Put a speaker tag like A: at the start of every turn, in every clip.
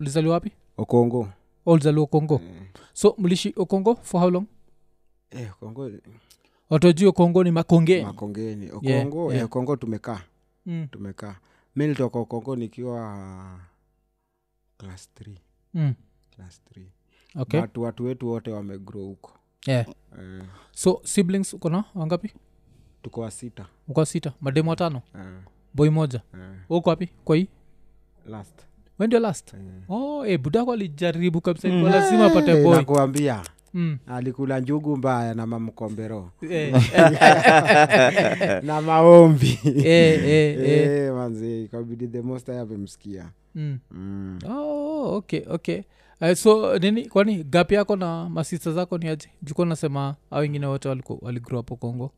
A: ulizaliwa wapi
B: okongo
A: Oh, ulizaliwa kongo so mlishi okongo for how long
B: eh, kongo
A: watojui okongo ni makongeni
B: makongeni okongo yeah,
A: Eh. yeah.
B: Eh, kongo tumekaa
A: mm.
B: tumekaa mi nilitoka okongo nikiwa class 3
A: mm.
B: class 3
A: okay
B: But watu wetu wote wamegrow huko
A: yeah.
B: eh,
A: so siblings uko na wangapi
B: tuko wa sita
A: uko sita mademu watano
B: eh,
A: boy moja
B: eh,
A: uko wapi kwa hii
B: last
A: wendio last
B: eh.
A: oh, eh, budako alijaribu kabisa mm. lazima apate boy
B: nakuambia
A: mm.
B: alikula njugu mbaya na mamkombero
A: eh,
B: na maombi
A: eh, eh, eh.
B: Eh, manzi ikabidi the most high amemsikia
A: Mm.
B: mm.
A: Oh, okay okay uh, so nini kwani gap yako na masista zako ni aje juko nasema au wengine wote waliku- waligrow hapo kongo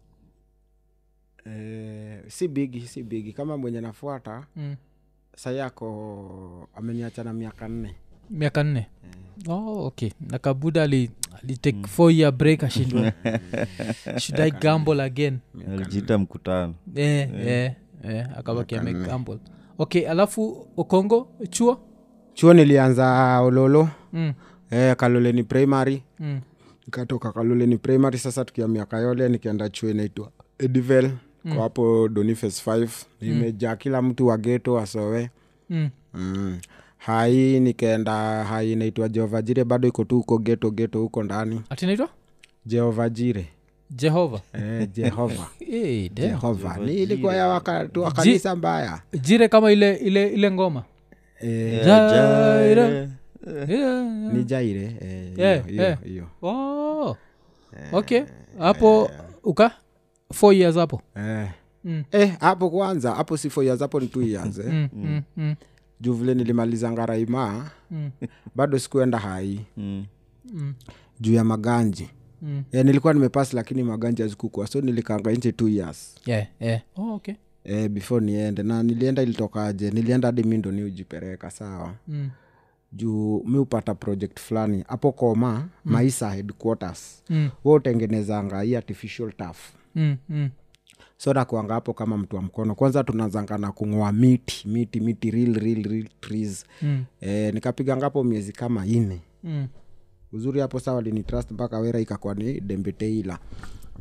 B: eh, si bigi si bigi kama mwenye nafuata
A: mm.
B: sayako ameniacha na miaka nne
A: miaka nne oh, okay na kabuda ali, ali take four year break ashindwa should i gamble again
C: alijiita mkutano
A: eh, eh, eh, akabaki amegamble okay alafu okongo chuo
B: chuo nilianza ololo
A: mm.
B: eh, kaloleni primary
A: Mm.
B: nikatoka kaloleni primary sasa tukia miaka yole nikienda chuo inaitwa edivel mm. kwa hapo donifes 5 nimejaa kila mtu wa geto wasowe
A: Mm.
B: mm. hai nikaenda hai inaitwa jehova jire bado iko tu huko geto geto huko ndani
A: atinaitwa
B: jehova jire
A: jehova
B: eh, jehova
A: Eh, damn.
B: jehova ni ilikuwa ya wakati wa kanisa mbaya
A: jire kama ile ile ile ngoma
B: eh,
A: Jaira. Yeah.
B: ni jaire eh, hiyo
A: Yeah,
B: hiyo,
A: yeah.
B: hiyo.
A: oh. okay hapo uka four years hapo
B: Eh.
A: Mm.
B: Eh, hapo kwanza hapo si four years hapo ni two years eh.
A: mm, mm, mm,
B: juu vile nilimalizanga raima
A: mm,
B: bado sikuenda hai
C: Mm.
A: mm,
B: juu ya maganji
A: mm.
B: eh, nilikuwa nimepas lakini maganji hazikukua so nilikanga nje two years
A: Yeah, yeah. Oh, okay.
B: eh, before niende na nilienda ilitokaje nilienda hadi mindo niujipeleka sawa
A: mm,
B: juu mi upata project fulani hapo koma mm. maisa headquarters
A: mm,
B: we utengenezanga hii artificial taf
A: mm, mm.
B: so nakuanga hapo kama mtu wa mkono kwanza tunazanga na kung'oa miti miti miti real, real, real trees
A: Mm.
B: e, nikapiganga hapo miezi kama ine
A: Mm,
B: uzuri hapo sawa linitrust mpaka wera ikakuwa ni dembeteila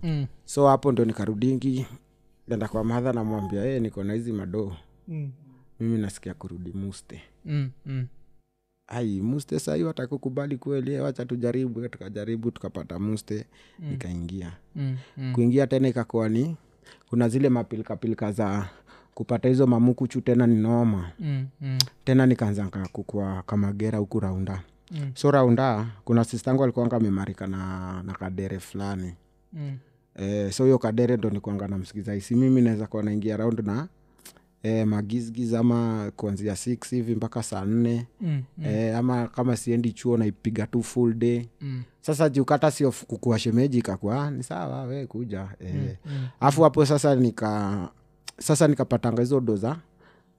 A: mm,
B: so hapo ndio nikarudingi enda kwa madha namwambia e, niko na hizi madoo
A: mm,
B: mimi nasikia kurudi muste
A: mm, mm.
B: ai muste sahii watakukubali kweli eh, wacha tujaribu tukajaribu tukapata muste mm. ikaingia
A: Mm, mm.
B: kuingia tena ikakuwa ni kuna zile mapilikapilika za kupata hizo mamukuchu tena ni noma
A: Mm, mm,
B: tena nikaanza ka- kukua kamagera huku raunda
A: Mm.
B: so raunda kuna sistangu alikuanga amemarika na, na kadere fulani
A: mm.
B: e, so hiyo kadere ndo nikuanga namsikiza isi mimi naweza kuwa naingia raund na e, magizgiz ama kuanzia six hivi mpaka saa nne
A: Mm,
B: mm. e, ama kama siendi chuo naipiga tu full day
A: mm.
B: sasa jukata sio f- kukua shemeji kakua ni sawa we kuja e.
A: mm.
B: afu hapo sasa nika sasa nikapatanga hizo doza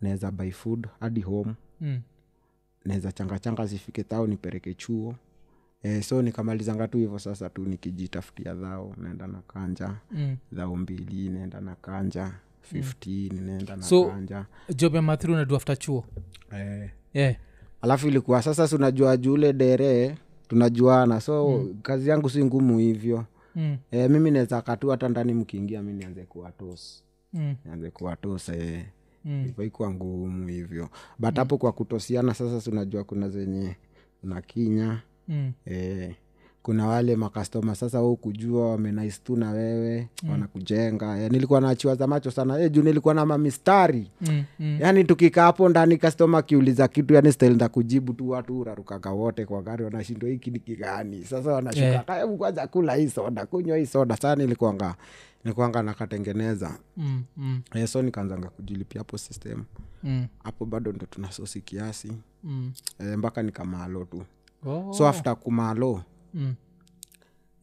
B: naweza buy food hadi home
A: Mm,
B: naweza changachanga zifike tao nipeleke chuo e, so nikamalizanga tu hivyo sasa tu nikijitafutia dhao naenda na kanja
A: mm.
B: dhao mbili naenda na kanja 15 naenda na
A: So-
B: kanja
A: mm. job ya mathiri unadu after chuo
B: eh.
A: yeah.
B: alafu ilikuwa sasa si unajua jule dere tunajuana so mm. kazi yangu si ngumu hivyo
A: mm,
B: e, mimi naweza katu hata ndani mkiingia mi nianze kuwatos
A: mm,
B: nianze kuwatos eh.
A: mm.
B: ikwa ngumu hivyo but hapo kwa kutosiana sasa si unajua kuna zenye unakinya
A: mm.
B: eh, kuna wale makastoma sasa wao kujua wamenais tu na wewe mm. wanakujenga eh, nilikuwa naachiwa za macho sana eh, juu nilikuwa na mamistari
A: mm, mm.
B: yaani tukikaa hapo ndani kastoma akiuliza kitu yani stelda kujibu tu watu urarukaga wote kwa gari wanashindwa hiki ni kigani sasa wanashuka
A: Eh.
B: yeah. hebu kwanza kula hii soda kunywa hii soda saa nilikuanga nilikuanga nakatengeneza
A: mm, mm,
B: eh, so nikaanzanga kujilipia hapo system
A: mm,
B: hapo bado ndo tunasosi kiasi
A: mm.
B: eh, mpaka nikamalo tu
A: Oh.
B: so after kumalo
A: mm,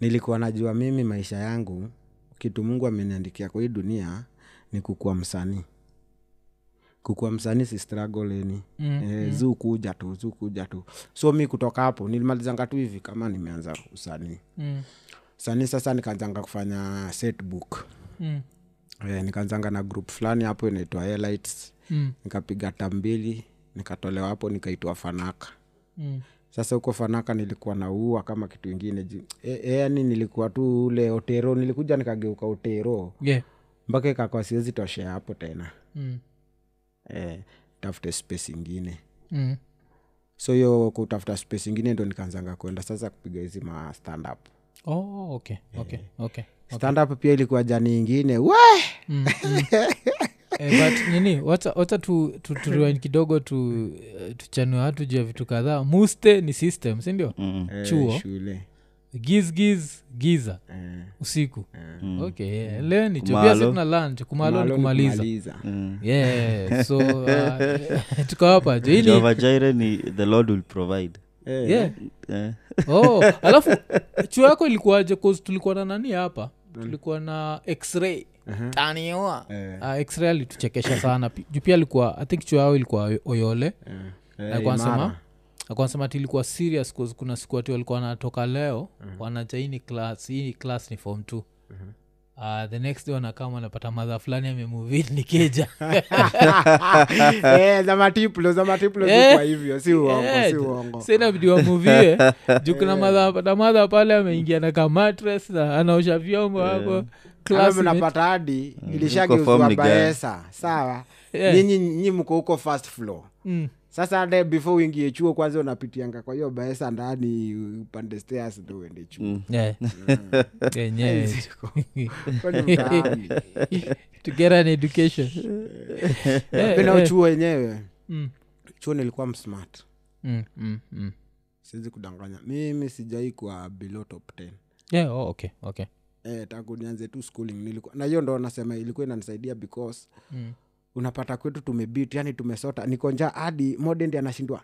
B: nilikuwa najua mimi maisha yangu kitu mungu ameniandikia kwa hii dunia ni kukua msanii kukua msanii si struggle yani
A: Mm,
B: eh, zuu kuja tu zuu kuja tu so mi kutoka hapo nilimalizanga tu hivi kama nimeanza usanii
A: mm,
B: usanii sasa nikaanzanga kufanya setbook
A: mm,
B: eh, nikaanzanga na group fulani hapo inaitwa Airlights
A: mm.
B: nikapiga tambili nikatolewa hapo nikaitwa fanaka
A: mm.
B: sasa huko fanaka nilikuwa naua kama kitu ingine ji- e, e, yani nilikuwa tu ule otero nilikuja nikageuka otero
A: yeah.
B: mpaka ikakwa siwezi toshea hapo tena
A: mm.
B: e, tafute space ingine
A: Mm.
B: so hiyo kutafuta space ingine ndo nikaanzanga kwenda sasa kupiga hizi ma stand up
A: Oh, okay okay
B: Eh.
A: okay
B: stand up pia ilikuwa jani ingine we
A: Mm, mm. Eh, but nini wacha wacha tu, tu, tu rewind kidogo tu eh, tuchanue watu juu ya vitu kadhaa muste ni system sindio
C: mm.
B: Eh,
A: Chuo.
B: shule
A: gizgiz giza
B: Eh,
A: usiku
C: Mm.
A: okay yeah. leo ni
C: Kumalo.
A: chopia sikuna lunch kumalo ni
B: kumalo ni
A: kumaliza
B: kumaliza.
C: Mm.
A: yeah so uh, tukawapa jo hii ni-
C: Jehovah Jireh ni the lord will provide
B: Eh,
A: yeah.
C: Eh,
A: oh alafu chuo yako ilikuwaje 'Cause tulikuwa na nani hapa tulikuwa na x-ray
B: aha.
A: taniwa
B: Eh,
A: uh, x-ray alituchekesha sana Pi- juu pia alikuwa i think chuo yao ilikuwa oyole
B: eh, eh,
A: alikuwa anasema
B: imara.
A: alikuwa anasema ati ilikuwa serious 'cause kuna siku ati walikuwa wanatoka leo
B: Mhm.
A: wanaja hii ni class hii ni class ni form t Uh, the next day wanakaa wanapata madha fulani amemuvili nikeja
B: Eh, za matiplo za matiplo
A: Eh.
B: zikuwa hivyo si uongo si uongo Eh.
A: sinabidi wamuvie juu kuna madha pata madha pale ameingia na kamatres na anaosha vyombo hapo
B: Eh. Alafu
A: classmate.
B: mnapata hadi
C: Huko form
B: ilishageuzwa
C: ni gani?
B: baesa sawa
A: Yeah.
B: nyinyi nyi mko huko first floor
A: Eh. Mm.
B: sasa hata before uingie chuo kwanza unapitianga kwa hiyo baesa ndani upande stairs ndo uende chuo
A: Yeah. Eh.
B: Mm.
A: Yenyewe.
B: Kwani mtaani.
A: Eh, to get an education Eh,
B: Napenda
A: eh.
B: chuo wenyewe
A: Mm,
B: chuo nilikuwa msmart
A: mm, mm, mm.
B: siwezi kudanganya mimi sijai kwa below top 10
A: Yeah, oh, okay, okay.
B: eh, tangu nianze tu schooling nilikuwa na hiyo ndo nasema ilikuwa inanisaidia because
A: Mm.
B: unapata kwetu tumebit yani tumesota niko njaa hadi modendi anashindwa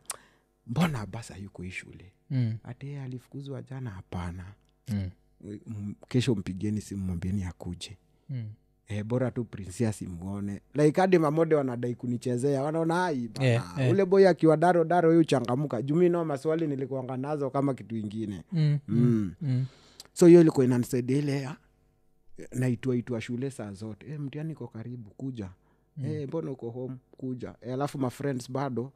B: mbona abasa yuko hii shule
A: Mm,
B: ati yeye alifukuzwa jana hapana
A: mm,
B: M- kesho mpigeni simu mwambieni akuje
A: mm.
B: e, bora tu prinsia simuone like hadi mamode wanadai kunichezea wanaona ai bana
A: Eh, eh.
B: ule boy akiwa daro daro yu changamuka jumi nao maswali nilikuanga nazo kama kitu ingine
A: Mm, mm,
B: mm.
A: mm.
B: so hiyo ilikuwa inanisaidia ile ya, naitua itua shule saa zote e, mtiani iko karibu kuja mm. e, mbona uko home kuja e, alafu mafriends bado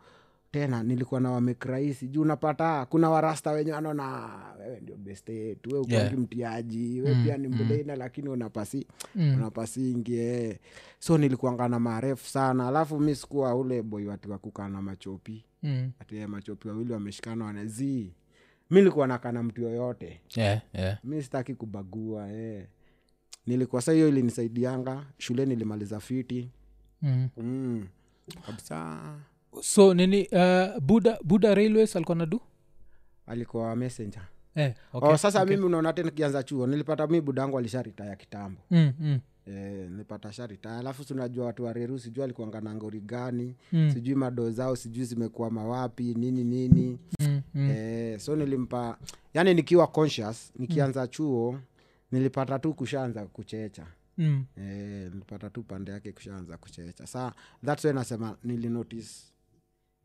B: tena nilikuwa na wamekraisi juu unapata kuna warasta wenye wanaona wewe ndio best yetu we ukangi
A: Yeah.
B: mtiaji we mm, pia ni mleina mm. lakini unapasi
A: Mm.
B: mm. unapasingi e. so nilikuanga na marefu sana alafu mi sikuwa ule boi wati wakukaa na machopi
A: Mm.
B: ati eh, machopi wawili wameshikana wanazii mi likuwa nakana mtu yoyote
A: Yeah, yeah.
B: mi sitaki kubagua eh. nilikuwa sa hiyo ilinisaidianga shule nilimaliza fiti
A: Mm.
B: mm. kabisa
A: so nini uh, buda buda railways alikuwa nadu
B: alikuwa messenger
A: eh, okay.
B: okay. sasa mimi unaona tena kianza chuo nilipata mi budangu alisharitaya kitambo
A: mm, mm,
B: Eh, nilipata sharitaya alafu sinajua watu wa reru sijui alikuanga na ngori gani
A: Mm.
B: sijui madoo zao sijui zimekwama wapi nini nini
A: mm, mm.
B: eh, so nilimpa yani nikiwa conscious nikianza chuo nilipata tu kushaanza kuchecha
A: Mm.
B: Eh, nilipata tu pande yake kushaanza kuchecha saa thats why nasema nilinotice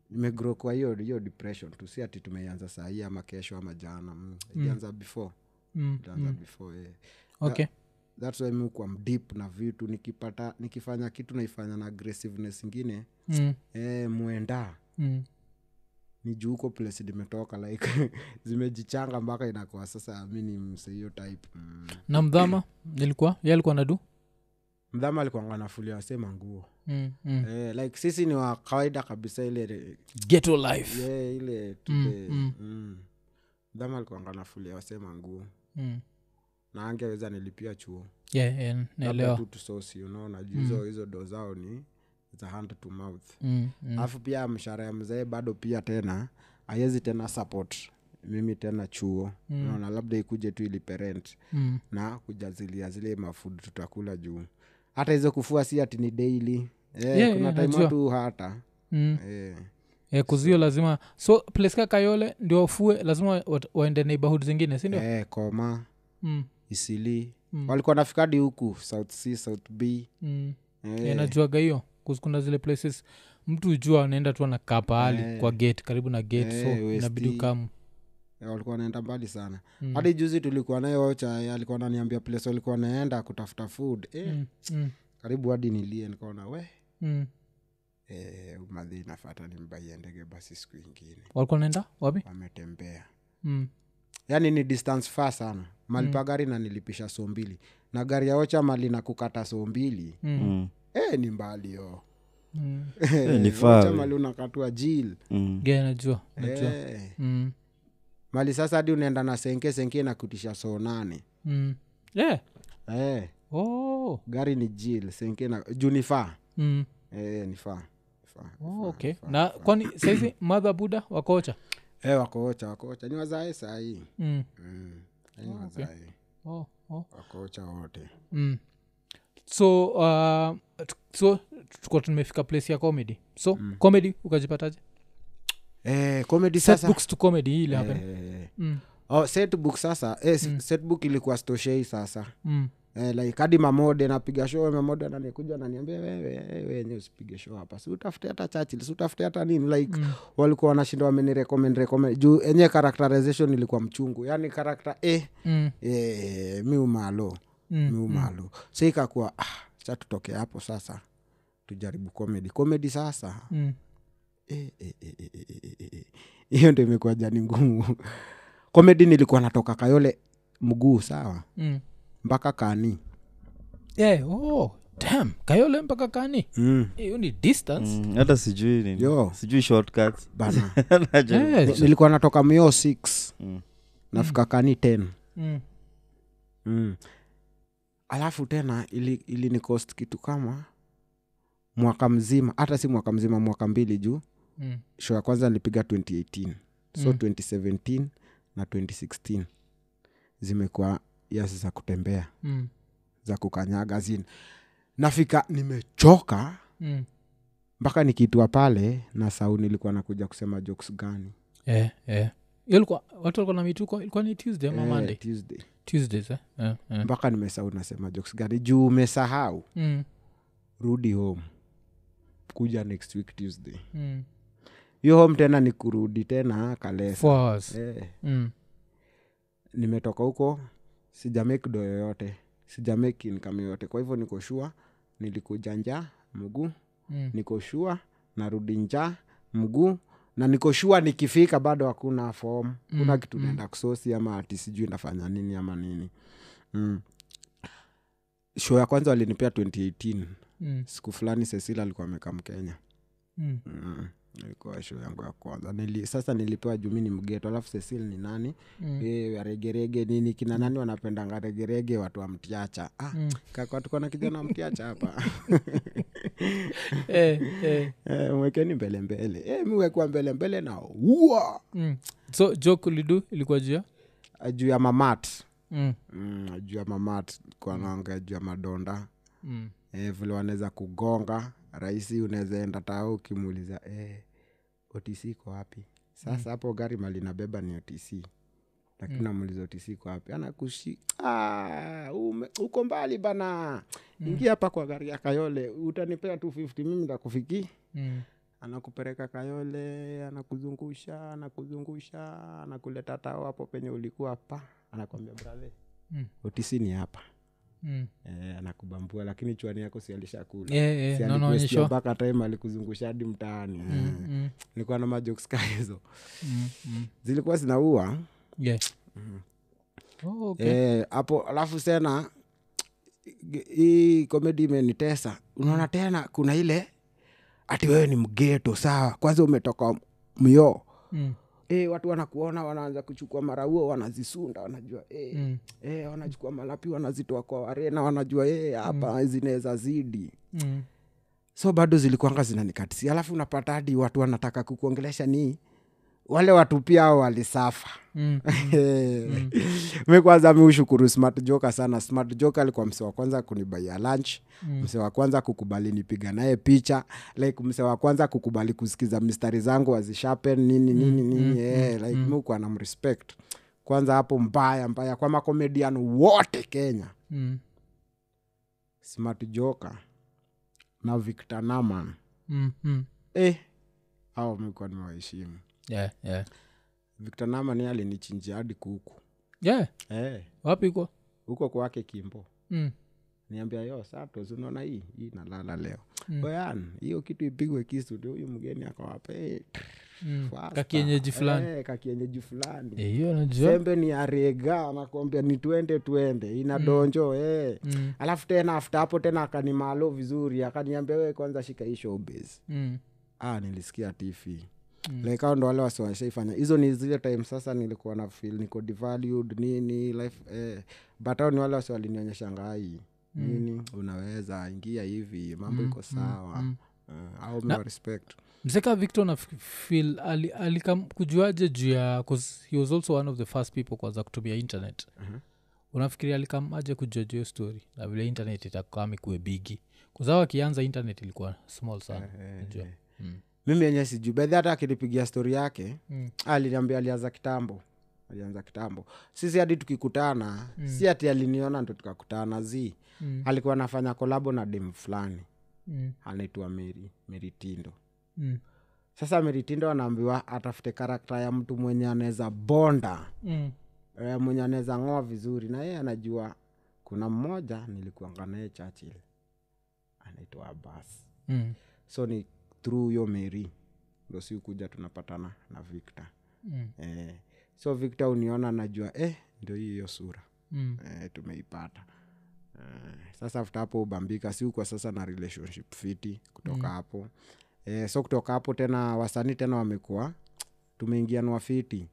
B: nimegrow kwa hiyo hiyo depression tu si ati tumeianza sahii ama kesho ama jana mm. ilianza before
A: Mm.
B: ilianza before eh.
A: okay
B: thats why mi kuwa mdip na vitu nikipata nikifanya kitu naifanya na aggressiveness ingine
A: Mm,
B: eh, mwenda
A: mm.
B: ni juu huko place nimetoka like zimejichanga mpaka inakuwa sasa mi ni mse hiyo type mm.
A: na mdhama ilikuwa ye alikuwa nadu
B: mdhama alikuanga nafulia wasema nguo
A: mm, mm.
B: eh, like sisi ni wa kawaida kabisa ile
A: ghetto life
B: yeah, ile
A: Mm,
B: tule
A: mm.
B: mm, mdhama alikuanga nafulia wasema nguo
A: mm.
B: na angeweza nilipia chuo
A: yeah, yeah,
B: Labda
A: naelewa
B: tu tusosi unaona juu hizo hizo do zao ni za hand to mouth
A: mm, mm.
B: alafu pia mshahara ya mzee bado pia tena haiwezi tena support mimi tena chuo mm. naona labda ikuje tu ili parent
A: Mm.
B: na kujazilia zile mafudu tutakula juu hata hizo kufua si ati ni daily e,
A: Yeah,
B: kuna
A: yeah,
B: time
A: najua.
B: watu hata
A: Mm.
B: e,
A: Eh, kuzio lazima so place ka kayole ndio wafue lazima wa- waende neighborhood zingine sindio
B: e, koma
A: mm.
B: isili
A: Mm.
B: mm. walikuwa nafikadi huku south c south b
A: mm.
B: e,
A: najuaga hiyo kuskuna zile places mtu ujua anaenda tu anakaa pahali
B: Eh.
A: kwa gate karibu na gate
B: Eh,
A: so
B: West
A: inabidi
B: Hii.
A: ukamu
B: eh, walikuwa wanaenda mbali sana
A: Mm.
B: hadi juzi tulikuwa naye wacha alikuwa ananiambia place walikuwa naenda kutafuta food e,
A: Mm, mm,
B: karibu hadi nilie nikaona we
A: mm,
B: Eh, eh, madhi inafata nimbaie ndege basi siku ingine
A: walikuwa naenda wapi
B: wametembea
A: mm.
B: yaani ni distance far sana malipa gari na nilipisha so mbili na gari ya ochama lina kukata so mbili
A: Mm.
C: Mm. Eh,
B: e, ni mbali yo
A: Mm.
C: ni far,
B: ochama
C: we.
B: lunakatwa jil
C: Mm.
A: Yeah, najua najua
B: e,
A: mm.
B: mali sasa hadi unaenda na senke senke inakutisha so nane
A: Mm. Yeah.
B: e,
A: Oh.
B: gari ni jil senke na junifaa
A: Mm.
B: e, nifaa nifaa,
A: Oh,
B: nifaa,
A: okay
B: nifaa.
A: na kwani saizi madha buda wakocha
B: Eh, wakoocha wakoocha ni wazae sahii
A: mm.
B: mm. Yaani ni
A: okay.
B: wazae
A: oh, oh.
B: wakoocha wote
A: mm. so uh, t- so tukua tumefika place ya comedy so mm. comedy ukajipataje
B: eh, comedy
A: set
B: sasa
A: books to comedy hii ile hapa
B: eh,
A: mm.
B: oh, setbook sasa eh, mm. setbook ilikuwa stoshei sasa
A: mm.
B: eh, like hadi mamode napiga show mamode ananikuja ananiambia wewe eh, wenye usipige show hapa si utafute hata churchill si utafute hata nini like mm. walikuwa wanashinda wamenirecommend recommend juu enye characterization ilikuwa mchungu yani karakta eh,
A: Mm.
B: eh, mi umalo
A: Mm.
B: mi umalo so ikakuwa ah, sa tutoke hapo sasa tujaribu comedy comedy sasa
A: Mm.
B: Eh, eh, eh, eh, eh, eh, eh, eh. hiyo ndo imekuwa jani ngumu comedy nilikuwa natoka kayole mguu sawa
A: Mm.
B: mpaka kani
A: Yeah, oh, damn, kayole mpaka kani
B: mm.
A: hiyo ni distance
C: Mm. hata sijui nini.
B: Yo.
C: sijui shortcuts Mm.
B: bana
C: Najaribu.
A: Yeah.
B: Ni- nilikuwa natoka mio 6
C: Mm.
B: nafika kani 10
A: Mm.
B: mm. alafu tena ili, ili ni cost kitu kama mwaka mzima hata si mwaka mzima mwaka mbili juu
A: Mm.
B: show ya kwanza nilipiga 2018 so
A: Mm.
B: 2017 na 2016 zimekuwa yasi za kutembea
A: Mm.
B: za kukanyaga zin nafika nimechoka
A: Mm.
B: mpaka nikitua pale na sau nilikuwa nakuja kusema jokes gani
A: Yeah, yeah. Eh, Hiyo ilikuwa- watu walikuwa na mituko ilikuwa ni tuesday ama monday
B: Eh, Tuesday.
A: tuesdays eh? Eh, eh.
B: mpaka nimesahau nasema jokes gani juu umesahau
A: Mm.
B: rudi home kuja next week tuesday
A: Mm.
B: hiyo home tena ni kurudi tena kalesa
A: Four hours.
B: eh,
A: Mm.
B: nimetoka huko sijamake do yoyote sijamake income yoyote kwa hivyo niko shua nilikuja njaa mguu
A: Mm.
B: niko shua narudi njaa mguu na niko shua nikifika bado hakuna form kuna kitu naenda kusosi ama ati sijui nafanya nini ama nini mm. show ya kwanza walinipea 2018
A: Mm.
B: siku fulani cecil alikuwa amekaa mkenya
A: Mm.
B: mm. ilikuwa show yangu ya kwanza Nili, sasa nilipewa jumi ni mgeto alafu cecil ni nani
A: Mm.
B: Eh, waregerege nini kina nani wanapendanga regerege watu wa mtiacha ah,
A: Mm.
B: kaka tuko na kijana wa mtiacha hapa
A: Eh, eh.
B: Eh, mwekeni mbele mbele eh, miwekwa mbele mbele na ua
A: Mm. so joke ulidu ilikuwa jia
B: juu ya mamat
A: mm.
B: mm, juu ya mamat kwanaongea juu ya madonda
A: Mm.
B: eh, vile wanaweza kugonga rahisi unaweza enda taa ukimuuliza eh, otc iko wapi sasa hapo gari mali nabeba ni otc lakini namuuliza otc iko wapi anakushi "Ah, ume- uko mbali bana ingia hapa kwa gari ya kayole utanipea 250 mimi ndakufikii
A: Mm.
B: anakupeleka kayole anakuzungusha anakuzungusha anakuleta tao hapo penye ulikuwa pa anakwambia brave
A: Mm.
B: otisi ni hapa
A: Mm.
B: e, anakubambua lakini chuani yako sialishakula
A: Yeah, yeah, Eh, no, no, onyesho.
B: mpaka time alikuzungusha hadi mtaani mm.
A: Mm.
B: nilikuwa na majoks ka hizo
A: Mm. Mm.
B: zilikuwa zinaua
A: Yeah. Mm. Oh, okay.
B: Eh, hapo alafu tena g- hii komedi imenitesa unaona tena kuna ile ati wewe ni mgeto sawa kwanza umetoka myo
A: Mm.
B: e, watu wanakuona wanaanza kuchukua marauo wanazisunda wanajua e,
A: Mm.
B: e, wanachukua malapi wanazitoa kwa warena wanajua e, hapa zinaweza zidi
A: Mm.
B: so bado zilikuanga zinanikatisia alafu unapata hadi watu wanataka kukuongelesha ni wale watu pia hao walisafa
A: Mm.
B: mi kwanza mi ushukuru smart joka sana smart joka alikuwa mse wa kwanza kunibaia lunch mm. mse wa kwanza kukubali nipiga naye picha like mse wa kwanza kukubali kusikiza mistari zangu wazishapen nini nini nini eh, like mi ukuwa namrespect kwanza hapo mbaya mbaya kwa makomedian wote kenya
A: Mm.
B: smart joka na victor naman
A: Mm. Mm.
B: eh, au mikuwa nimewaheshimu
A: Yeah, yeah.
B: victor naman ye alinichinjia hadi kuku
A: Yeah,
B: eh,
A: wapi kwa
B: huko kwake kimbo
A: mm.
B: niambia yo satos unaona hii hii nalala leo
A: Mm.
B: mm. oyan hiyo kitu ipigwe kisu ndio huyu mgeni Eh, akawapee
A: Mm, kakienyeji fulani.
B: kakienyeji Eh, fulani
A: Eh, hiyo najua
B: sembe ni arega anakwambia ni twende twende inadonjo mm. eh.
A: Mm,
B: alafu tena afta hapo tena akanimalo vizuri akaniambia we kwanza shika hii showbiz
A: mm,
B: ah, nilisikia tv mm. like hao ndo wale wasiwashaifanya hizo ni zile time sasa nilikuwa na feel niko devalued nini life eh, but hao ni wale wasiwalinionyeshanga hai mm. nini unaweza ingia hivi mambo iko sawa mm. Uh, au mewa respect
A: mseka victor nafil alikujuaje juu ya 'cause he was also one of the first people kwanza kutumia internet
B: Mhm.
A: uh-huh. unafikiri alikamaje kujua juu hiyo story na vile internet itakami kuwe bigi kuzaa wakianza internet ilikuwa small
B: Ah,
A: sana najua
B: Eh, mimi yenye sijui bedhi hata akinipigia stori yake
A: Mm.
B: mm. aliniambia alianza kitambo alianza kitambo sisi hadi tukikutana mm. si ati aliniona ndo tukakutana zi
A: Mm.
B: mm. alikuwa anafanya kolabo na dem fulani
A: Mm,
B: anaitwa meri meritindo
A: mm,
B: sasa meritindo anaambiwa atafute karakta ya mtu mwenye anaweza bonda
A: mm,
B: eh, mwenye anaweza ng'oa vizuri na yeye anajua kuna mmoja nilikuanga naye churchill anaitwa abas
A: mm,
B: so ni through hiyo meri ndo si kuja tunapatana na victor
A: mm,
B: eh, so victor uniona najua eh, ndio hii hiyo sura
A: mm.
B: eh, tumeipata eh, sasa afta hapo ubambika si kwa sasa na relationship fiti kutoka
A: Mm.
B: hapo eh, so kutoka hapo tena wasanii tena wamekuwa tumeingianwa fiti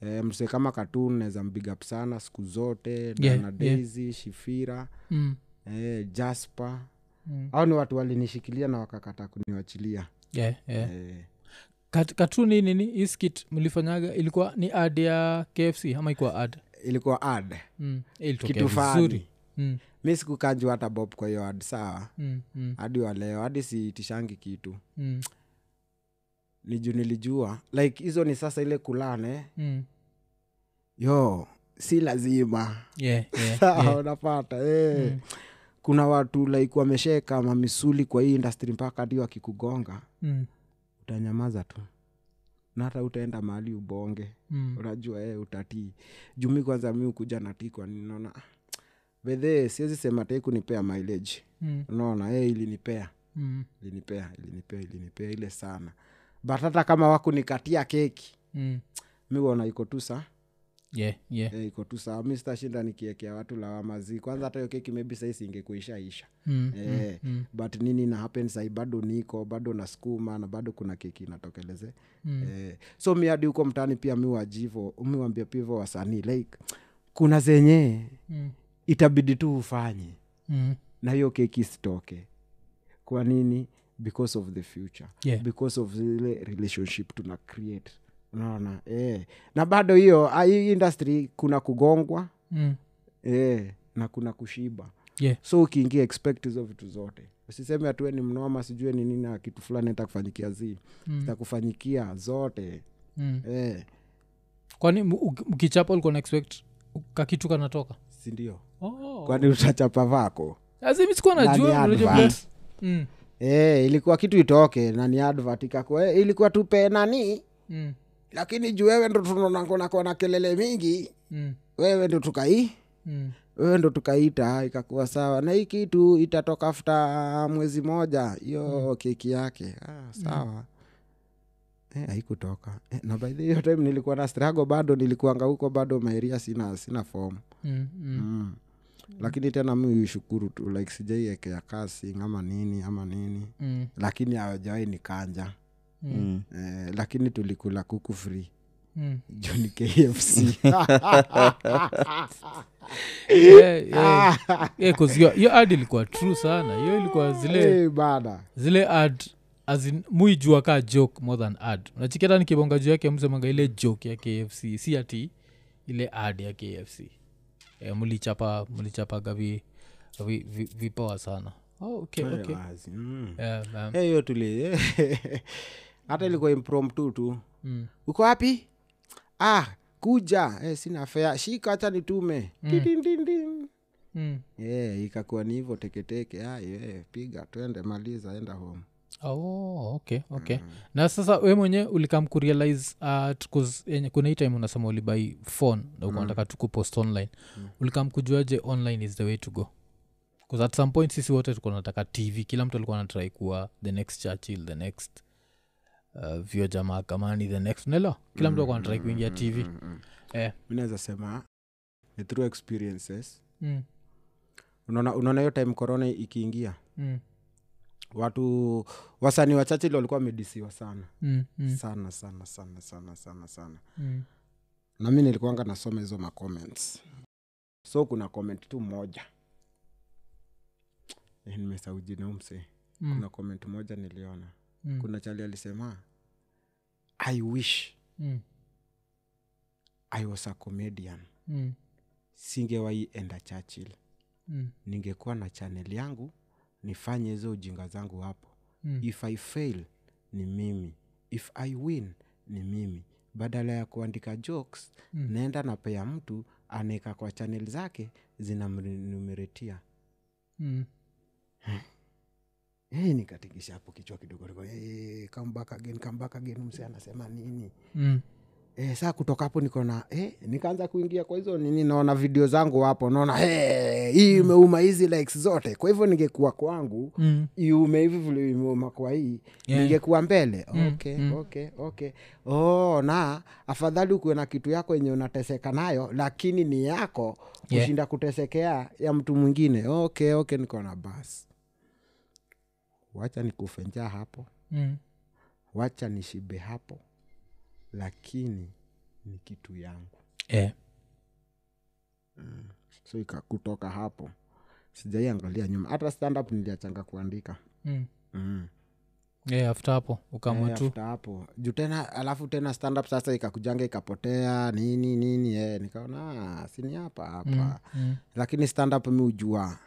B: eh, mse kama katun naweza mbig up sana siku zote dana
A: Yeah, yeah.
B: daisy shifira
A: Mm,
B: eh, jasper
A: Mm.
B: au ni watu walinishikilia na wakakata kuniwachilia
A: yeah, yeah.
B: eh,
A: Kat- katuni nini hiskit mlifanyaga ilikuwa ni ad ya kfc ama ikuwa ad
B: ilikuwa ad
A: mm. ilitokea
B: kitu
A: vizuri
B: fani
A: mm,
B: mi sikukanjwa hata bob kwa hiyo ad sawa
A: mm, mm,
B: hadi waleo hadi siitishangi kitu
A: mm,
B: ni juu nilijua like hizo ni sasa ile kulane
A: mm.
B: yo si lazima
A: Yeah, yeah,
B: sawa
A: yeah.
B: unapata eh. kuna watu like wamesheka mamisuli kwa hii industry mpaka hadi wakikugonga
A: Mm,
B: utanyamaza tu na hata utaenda mahali ubonge
A: mm,
B: unajua eh, utatii jumi kwanza mi ukuja natii kwaninaona bedhee siwezi sema tei kunipea mileage
A: mm,
B: unaona eh, ilinipea
A: mm,
B: ilinipea ilinipea ilinipea ile sana but hata kama wakunikatia keki
A: mm.
B: mi uona iko tu saa
A: Yeah, yeah.
B: Eh, iko tu sawa mi sitashinda nikiekea watu lawamazi kwanza hata hiyo keki maybe sahii singekuishaisha
A: Mm,
B: eh,
A: mm,
B: but nini na happen sahii bado niko bado nasukuma na bado kuna keki inatokeleze
A: mm,
B: eh, so mi hadi huko mtaani pia mi wajivo mi wambia pivo wasanii like kuna zenye
A: mm,
B: itabidi tu ufanye
A: mm.
B: na hiyo keki isitoke kwa nini because of the future
A: Yeah.
B: because of zile relationship tuna create unaona eh. na bado hiyo ah, hii industry kuna kugongwa
A: Mm,
B: eh, na kuna kushiba
A: yeah.
B: so ukiingia expect hizo vitu zote usiseme atue ni mnoma sijue ni nini na kitu fulani ntakufanyikia zi
A: Mm.
B: zitakufanyikia zote
A: Mm.
B: eh,
A: kwani mu- uki- mkichapa ulikuwa na expect kakitu kanatoka
B: sindio
A: Oh.
B: kwani utachapa vako
A: Lazima sikuwa najua,
B: Nani
A: unajua
B: advance?
A: pia- Mm,
B: eh, ilikuwa kitu itoke na ni advert ikakuwa eh, ilikuwa tupe nani
A: mm,
B: lakini juu wewe ndo tunanakona na kelele mingi
A: mm,
B: wewe ndo tukai
A: mm,
B: wewe ndo tukaita ikakuwa sawa na hii kitu itatoka afta mwezi moja hiyo
A: Mm.
B: keki yake ah, sawa mm. haikutoka eh, na by the hiyo time nilikuwa na strago bado nilikuanga huko bado maeria sina sina fomu
A: mm, mm.
B: mm. lakini tena mi ushukuru tu like sijaiekea kasi ama nini ama nini
A: Mm,
B: lakini awajawai nikanja
C: Mm.
B: eh, lakini tulikula kuku free
A: mm.
B: juu ni kfc
A: Yeah, yeah. Yeah, 'cause hiyo- hiyo ad ilikuwa true sana hiyo ilikuwa zile
B: Eh, bana
A: zile ad azin muijua ka joke more than ad nachiketa nikibonga juu yake msemanga ile joke ya kfc si ati ile ad ya kfc e, mlichapa mlichapaga vi, vi, vi, vipoa sana oh, okay, okay.
B: Wazi, mm.
A: Yeah, um,
B: Eh, hiyo tuli hata ilikuwa impromptu tu
A: mm,
B: uko wapi ah kuja eh, sina fea shika hacha nitume mm.
A: mm.
B: yeah, Eh, ikakuwa ni hivyo teketeke ah, yeah, piga twende maliza enda home
A: Oh, okay, okay. na sasa we mwenye ulikam kurealize uh, t- 'cause enye- kuna hii time unasema ulibai phone na ukanataka mm. tukupost online mm. ulikam kujuaje online is the way to go bcause at some point sisi wote tulikuwa nataka tv kila mtu alikuwa natrai kuwa the next churchill the next uh, vioja mahakamani the next unaelewa kila mtu alikuwa
B: Mm,
A: natrai kuingia tv eh,
B: mi naweza sema ni through experiences
A: mm,
B: unaona unaona hiyo time corona ikiingia
A: mm,
B: watu wasanii wachache ndio walikuwa wamedisiwa sana
A: mm, mm,
B: sana sana sana sana sana sana
A: mm,
B: na mi nilikuanga nasoma hizo macomments so kuna comment tu moja eh, nimesahau jina huyu msee
A: mm,
B: kuna comment moja niliona
A: mm,
B: kuna chali alisema i wish
A: mm,
B: i was a comedian
A: mm,
B: singewahi enda churchill
A: mm,
B: ningekuwa na chanel yangu nifanye hizo ujinga zangu hapo
A: mm.
B: if i fail ni mimi if i win ni mimi badala ya kuandika jokes
A: Mm.
B: mm. naenda napea mtu anaeka kwa chanel zake zinamnumeretia
A: Mm.
B: hey, nikatingisha hapo kichwa kidogo niko, hey, come back again come back again mse anasema nini
A: Mm.
B: E, saa kutoka hapo niko na e, nikaanza kuingia kwa hizo nini naona video zangu hapo naona "Hey, hii imeuma hizi likes zote kwa hivyo ningekuwa kwangu
A: Mm.
B: iume hivi vile imeuma kwa hii
A: Yeah.
B: ningekuwa mbele
A: Mm,
B: okay,
A: mm.
B: okay, okay. Oh, na afadhali ukuwe na kitu yako yenye unateseka nayo lakini ni yako
A: Yeah.
B: kushinda kutesekea ya mtu mwingine okay, okay, niko na basi wacha nikufenja hapo
A: Mm.
B: wacha nishibe hapo lakini ni kitu yangu
A: Eh.
B: so ika- kutoka hapo sijaiangalia nyuma hata stand up niliachanga kuandika
A: Mm.
B: mm.
A: Eh, after hapo ukamwa
B: Eh,
A: tu
B: after hapo juu tena alafu tena stand up sasa ikakujanga ikapotea nini nini eh, nikaona "Ah, sini hapa hapa
A: Mm, mm,
B: lakini stand up mi ujua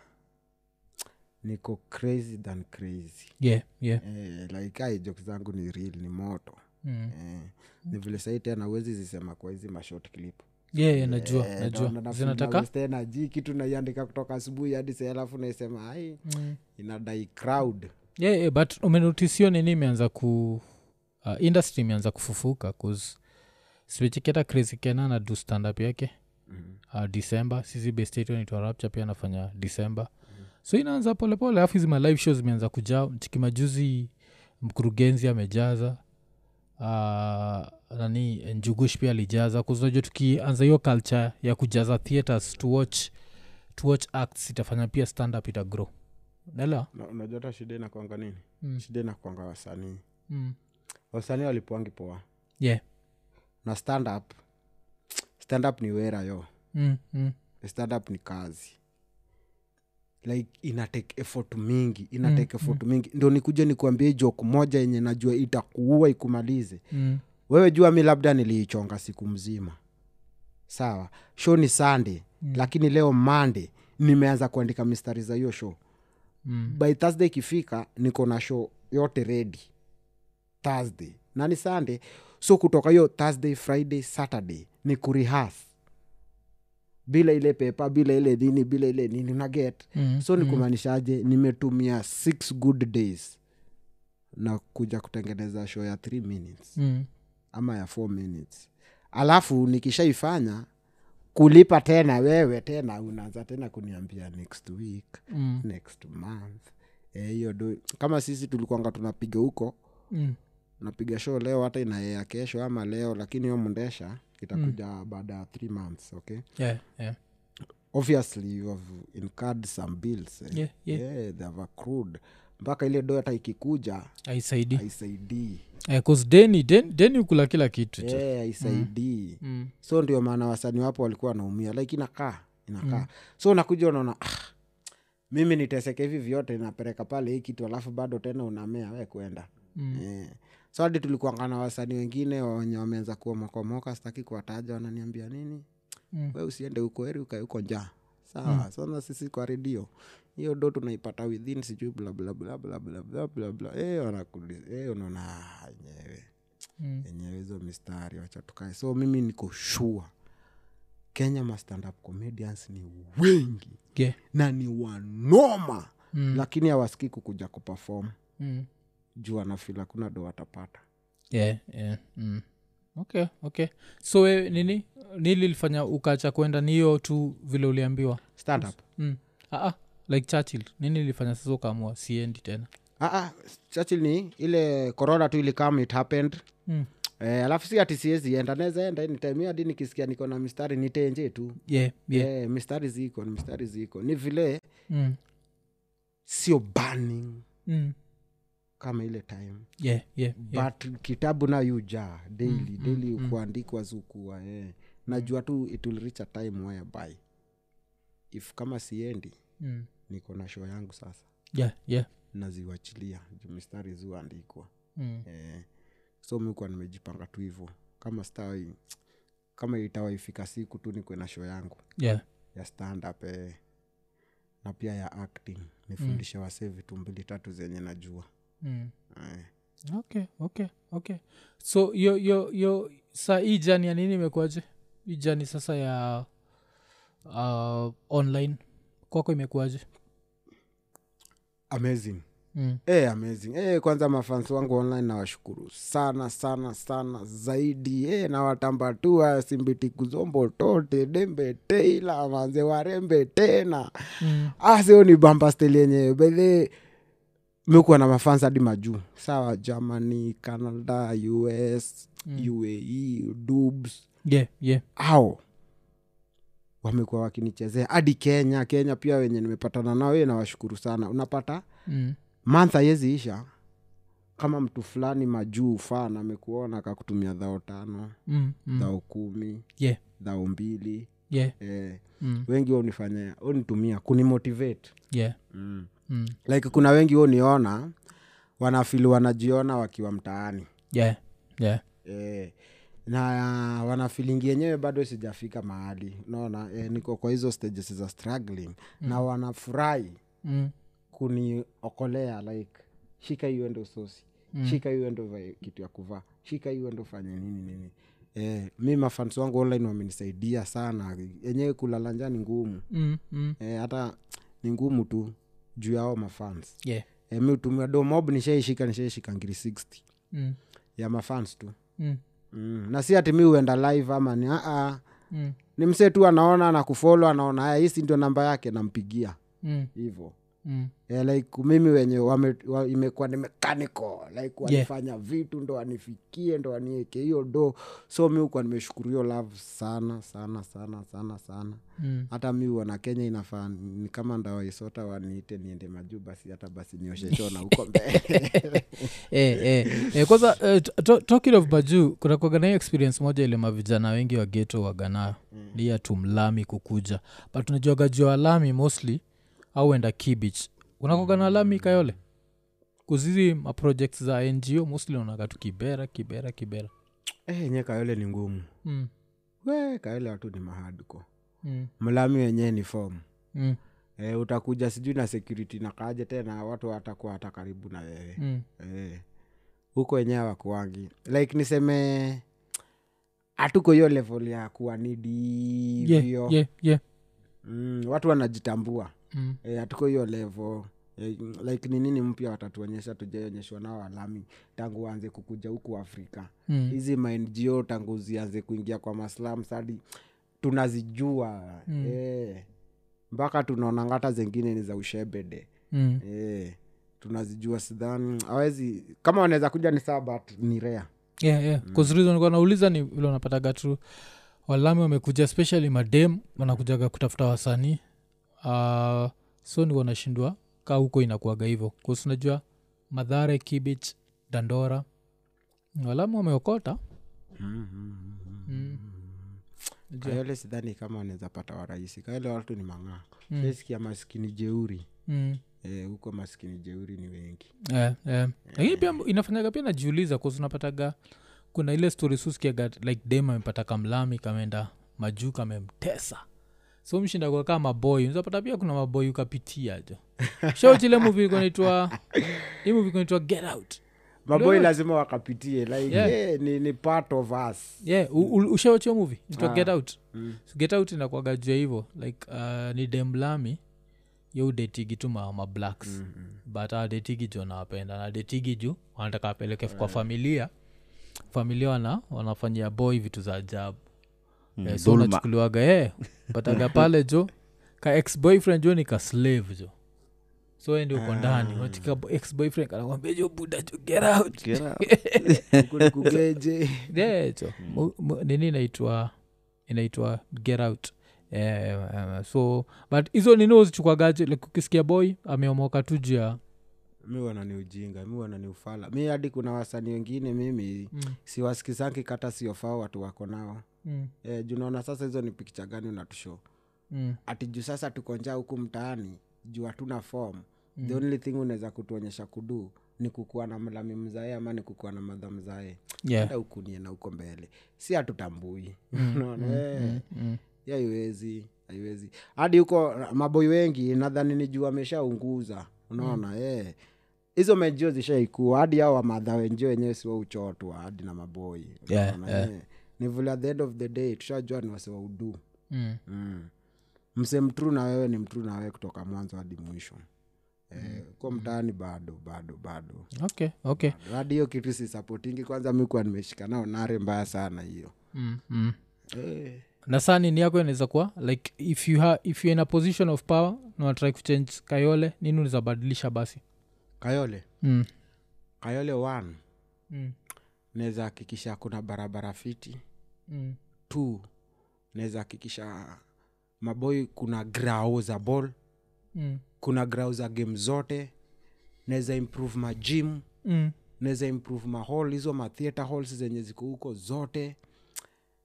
B: niko crazy than crazy
A: yeah, yeah,
B: eh, like ai jokes zangu ni real ni moto
A: mm.
B: eh, ni vile sahii tena uwezi zisema kwa hizi mashort clip
A: yeah, yeah, najua
B: Eh, naona
A: najua
B: na-
A: zinataka
B: na- tena ji kitu naiandika kutoka asubuhi hadi saa alafu naisema ai
A: Mm.
B: inadai crowd
A: yeah, yeah, but umenotisio nini imeanza ku uh, industry imeanza kufufuka bcause siwechiketa crazy kena na du standup yake
B: Mhm.
A: uh, december sisi bestetu naitwa rapture pia anafanya december so inaanza polepole alafu hizi malive show zimeanza kujaa chikimajuzi mkurugenzi amejaza uh, nani njugush pia alijaza kuzinajua tukianza hiyo culture ya kujaza theaters to watch, to watch acts itafanya pia standup itagrow naelewa
B: Na- unajua hata shida inakwanga nini
A: Mm.
B: shida inakwanga wasanii
A: mm.
B: wasanii walipoangi poa
A: yeah
B: na stand up stand up ni wera yo
A: mm, mm,
B: stand up ni kazi like ina take effort mingi ina mm, take effort mm. mingi ndio nikuje nikuambie joke moja yenye najua itakuua ikumalize
A: mm,
B: wewe jua mi labda niliichonga siku mzima sawa show ni sunday mm. lakini leo monday nimeanza kuandika mistari za hiyo show
A: mm,
B: by thursday ikifika niko na show yote ready thursday na ni sunday so kutoka hiyo thursday friday saturday ni kurihas bila ile pepa bila ile nini bila ile nini na get
A: mm,
B: so
A: mm,
B: ni kumaanishaje nimetumia six good days na kuja kutengeneza show ya three minutes
A: mm,
B: ama ya four minutes alafu nikishaifanya kulipa tena wewe tena unaanza tena kuniambia next week
A: mm,
B: next month Eh, hiyo do kama sisi tulikuanga tunapiga huko
A: mm,
B: napiga show leo hata inaea kesho ama leo lakini hiyo mundesha itakuja
A: Mm.
B: baada ya three months okay
A: yeah, yeah,
B: obviously you have incurred some bills eh?
A: Yeah, yeah.
B: Yeah, they have accrued mpaka ile do hata ikikuja
A: aisaidi
B: haisaidii
A: Eh, 'cause deni den- deni ukula kila kitu cha.
B: Eh, haisaidii
A: mm.
B: so ndio maana wasani wapo walikuwa wanaumia like inakaa inakaa mm. so unakuja unaona ah, mimi niteseke hivi vyote napeleka pale hii kitu alafu bado tena unamea we kwenda
A: Mm.
B: eh. so hadi tulikuanga na wasani wengine wenye wameanza kuwa mokomoka sitaki kuwataja wananiambia nini
A: Mm.
B: we usiende uko heri ukae uko njaa sawa mm. sana sisi kwa redio hiyo do tunaipata within sijui blablablablablablablabla e, wanakuuliza e, unaona "Ah, enyewe
A: Mm.
B: yenyewe hizo mistari wacha tukae so mimi niko shua kenya ma stand-up comedians ni wengi
A: Yeah.
B: na ni wanoma
A: Mm.
B: lakini hawasikii kukuja kuperform
A: Mm.
B: juu anafila kuna do watapata
A: Yeah, yeah. Mm. okay okay so wewe nini nili lifanya ukacha kwenda ni hiyo tu vile uliambiwa
B: stand-up
A: mm. ah, ah, like churchill nini ilifanya sasa ukaamua siendi tena
B: Ah, ah, churchill ni ile corona tu ilikam it happened
A: mm.
B: eh, alafu si ati siwezi enda naweza enda anytime. Mi hadi nikisikia niko na mistari nitenje tu
A: yeah, yeah.
B: eh, mistari ziko ni mistari ziko ni vile
A: Mm.
B: sio burning
A: Mm.
B: kama ile time
A: Yeah, yeah, yeah.
B: but kitabu nayo ujaa daily daily kuandikwa zukua eh. najua tu it will reach a time whereby if kama siendi
A: Mm.
B: niko na show yangu sasa
A: Yeah, yeah.
B: naziwachilia juu mistari zuandikwa
A: Mm.
B: eh. so mikuwa nimejipanga tu hivo kama stai kama itawaifika siku tu nikwe na show yangu
A: Yeah.
B: ya stand up eh. na pia ya acting nifundishe mm. wasee vitu mbili tatu zenye najua
A: Mm.
B: eh.
A: okay okay okay so yo yo yo sa hii jani ya nini imekuaje hii jani sasa ya uh, online kwako imekuaje
B: amazing
A: mm.
B: Eh, amazing Eh, kwanza mafans wangu online nawashukuru sana sana sana zaidi Eh, nawatambatua simbiti kuzombo tote dembe teila manze warembe tena
A: Mm.
B: aseo ni bambastel yenyewe bedhe mekuwa na mafans hadi majuu sawa germany canada us
A: Mm.
B: uae E, dubs
A: yeah yeah
B: au wamekuwa wakinichezea hadi kenya kenya pia wenye nimepatana nao ye nawashukuru sana unapata
A: mm.
B: month haieziisha kama mtu fulani majuu fan amekuona akakutumia dhao tano
A: Mm. Mm.
B: dhao kumi
A: yeah
B: dhao mbili
A: yeah
B: eh,
A: mm.
B: wengi unifanya unitumia kunimotivate
A: yeah
B: mm.
A: mm.
B: like kuna wengi uniona wanafili wanajiona wakiwa mtaani
A: yeah yeah
B: eh, na wanafilingi yenyewe bado sijafika mahali unaona eh, niko kwa hizo stages za struggling mm. na wanafurahi
A: mm.
B: kuniokolea like shika hiyo ndo sosi mm. shika hiyo ndo vae- kitu ya kuvaa shika hiyo ndo fanye nini nini eh, mi mafans wangu online wamenisaidia sana yenyewe kulalanja ni ngumu
A: Mm. Mm.
B: eh, hata ni ngumu tu juu yao mafans
A: yeah
B: eh, mi utumia domob nishaishika nishaishika ngiri 60
A: mm.
B: ya mafans tu
A: Mm.
B: mm. na si ati mi huenda live ama ni aa
A: Mm.
B: ni msee tu anaona na kufolo anaona haya hisi ndio namba yake nampigia
A: Mm.
B: hivo
A: Mm.
B: yeah, Eh, like mimi wenye wame, wa, imekuwa ni mechanical like wanifanya yeah. vitu ndo wanifikie ndo wanieke hiyo do so mi ukuwa nimeshukuru hiyo love sana sana sana sana sana
A: Mm.
B: hata mi wana kenya inafaa ni kama ndawaisota waniite niende majuu basi hata basi nioshe chona huko mbele
A: Eh, eh, eh, kwanza eh, to- to- talking of baju kunakwaga na hiyo experience moja ile mavijana wengi wa geto waganayo mm. ni ya tumlami kukuja but unajuaga jua walami mostly au enda kibich unakwaga na lami kayole kuzizi maproject za ngo mostly unaga tu kibera kibera kibera
B: Eh, nye kayole ni ngumu
A: mm.
B: we kayole watu ni mahaduko
A: Mm.
B: mlami wenyewe ni fomu
A: Mm.
B: e, utakuja sijui na security na kaje tena watu watakuwa hata karibu na wewe
A: Mm.
B: Eh. huko wenyewe wakuangi like niseme hatuko hiyo level ya kuwanidi
A: Yeah,
B: hivyo
A: yeah, yeah.
B: mm, watu wanajitambua
A: Mm.
B: Eh, hatuko hiyo level Eh, like ni nini mpya watatuonyesha tujaonyeshwa nao walami tangu waanze kukuja huku afrika
A: Mm.
B: hizi mm. mango tangu zianze kuingia kwa maslam sadi tunazijua
A: Mm.
B: Eh. mpaka tunaonanga hata zengine ni za ushebede
A: Mm.
B: eh, tunazijua sidhani awezi kama wanaweza kuja ni sawa but ni rea
A: yeah, yeah. mm. nilikuwa nauliza ni vile unapataga tu walami wamekuja especially madem wanakujaga kutafuta wasanii uh, so nikuwa nashindwa ka huko inakuaga hivyo kuhusu najua madhare kibich dandora walamu wameokota mm. Najua.
B: kayole sidhani kama wanaweza pata warahisi kayole watu ni mang'aa
A: Mm.
B: sesikia maskini jeuri
A: Mm.
B: Eh, huko maskini jeuri ni wengi
A: Eh, eh. lakini pia inafanyaga pia najiuliza kuhusu unapataga kuna ile stori suskiaga like dem amepata kamlami kameenda majuu kamemtesa so mshinda kwa kaa maboy unapata pia kuna maboy ukapitia jo shochile muvi kunaitwa hii muvi kunaitwa get out
B: maboi lazima wakapitie like
A: Yeah.
B: eh, ni, ni part of us
A: yeah ushaochio muvi naitwa
B: Ah.
A: get out
B: Mm.
A: so get out inakwaga jua hivyo like uh, ni demlami yeudetigi tu ma, ma blacks but adetigi jo nawapenda nadetigi juu wanataka apeleke kwa familia familia wana, wanafanyia boy vitu za ajabu mm, eh, so
C: dhulma.
A: unachukuliwaga eh, pataga pale jo ka ex boyfriend jo ni ka slave jo so endi uko ndani unachika bo- ex boyfriend kanakwambia jo buda jo get out
C: Get out.
B: kukugeje
A: Yeah, so,
B: Hmm.
A: mu- mu- nini inaitwa inaitwa get out Eh, eh, so but hizo nini uzichukwagaje like ukisikia boy ameomoka tu juu ya
B: mi wanani ujinga mi wanani ufala mi hadi kuna wasanii wengine mimi
A: Mm.
B: siwasikizangi kata siofaa watu wako nao
A: mm,
B: e, junaona sasa hizo ni pikcha gani unatushow
A: mm,
B: ati juu sasa tuko njaa huku mtaani juu hatuna form mm. the
A: Mm.
B: only thing unaweza kutuonyesha kudu ni kukuwa na mlami mzae ama ni kukuwa na madha mzae
A: yeah.
B: hata huku niena huko mbele si hatutambui unaona eh
A: mm.
B: ya haiwezi haiwezi hadi huko maboi wengi nadhani ni juu ameshaunguza unaona mm. eh hizo menjio zishaikua hadi hao wamadha wenjio wenyewe siwa uchotwa hadi na maboi
A: Yeah,
B: Unaona, eh. ni vile at the end of the day tushajua ni wasiwa udu
A: Mm.
B: mm. mse mtru na wewe ni mtru na wewe kutoka mwanzo hadi mwisho eh, kwa mtaani bado bado bado
A: okay okay
B: Bado. hadi hiyo kitu sisapotingi kwanza mikuwa nimeshika nao nare mbaya sana hiyo
A: mm, mm.
B: eh.
A: na saa nini yako inaweza kuwa like if you, ha, if you in a position of power na unatrai kuchange kayole nini unawezabadilisha basi
B: kayole
A: mm.
B: kayole one Hmm.
A: Mm.
B: naweza hakikisha kuna barabara fiti
A: Mm.
B: t naweza hakikisha maboi kuna grao za ball
A: Mm.
B: kuna grao za game zote naweza improve majim
A: Mm.
B: naweza improve mahall hizo matheater halls zenye ziko huko zote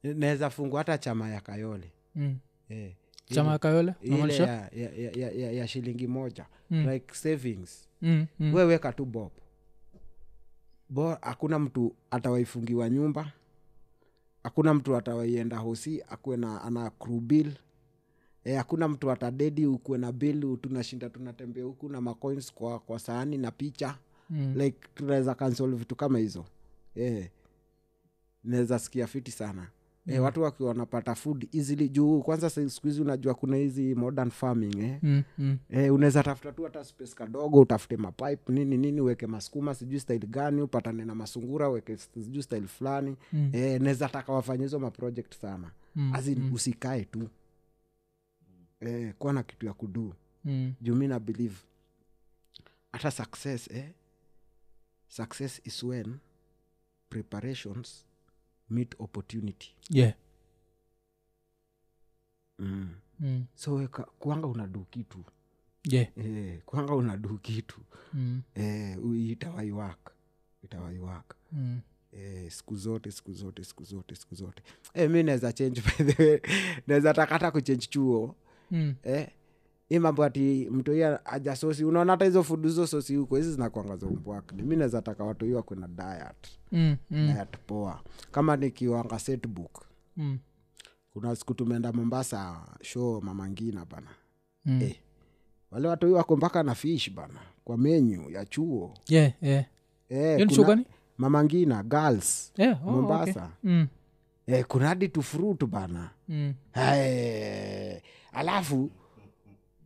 B: naweza fungua hata chama ya kayole
A: Mm.
B: eh,
A: chama ya kayole
B: ile
A: namaanisha
B: ya, ya, ya, ya, ya, ya shilingi moja
A: Mm.
B: like savings
A: Mm. Mm.
B: we weka tu bob bo hakuna mtu atawaifungiwa nyumba hakuna mtu atawaienda hosi akuwe na ana crew bill E, hakuna mtu atadedi ukuwe na bill tunashinda tunatembea huku na macoins kwa, kwa saani na picha
A: Mm.
B: like tunaweza cancel vitu kama hizo e, naweza sikia fiti sana
A: Mm.
B: e, watu wakiwa wanapata food easily juu kwanza sa- siku hizi unajua kuna hizi modern farming eh?
A: Mm. Mm.
B: eh, unaweza tafuta tu hata space kadogo utafute mapipe nini nini uweke maskuma sijui style gani upatane na masungura uweke sijui style fulani
A: Mm.
B: eh, naweza taka wafanye hizo maproject sana
A: Mm.
B: azin
A: Mm.
B: usikae tu eh, kuwa na kitu ya kuduu
A: Mm.
B: juu mi na believe hata success eh? success is when preparations meet opportunity
A: yeah
B: mm.
A: Mm.
B: so weka kuanga unaduu kitu
A: yeah
B: eh, kuanga unaduu kitu
A: Mm.
B: eh, u- itawaiwak itawaiwak
A: Mm.
B: eh, siku zote siku zote siku zote siku zote eh, mi naweza change by the way naweza takata kuchange chuo
A: Mm.
B: eh, hii mambo ati mtoia ajasosi unaona hata hizo fudu hizo sosi huko hizi zinakwanga za umbwakni mi naweza taka watoi wako na diet
A: Mm. Mm.
B: diet poa kama nikiwanga setbook
A: Mm.
B: kuna siku tumeenda mombasa show mamangina bana
A: Mm.
B: Eh. wale watoi wako mpaka na fish bana kwa menyu ya chuo
A: yeah yeah
B: eh,
A: Hiyo ni
B: kuna-
A: show gani?
B: mamangina girls
A: Yeah, oh, okay.
B: Mombasa.
A: Mm.
B: eh, kuna hadi tufrut bana
A: Mm.
B: Ae, Eh, alafu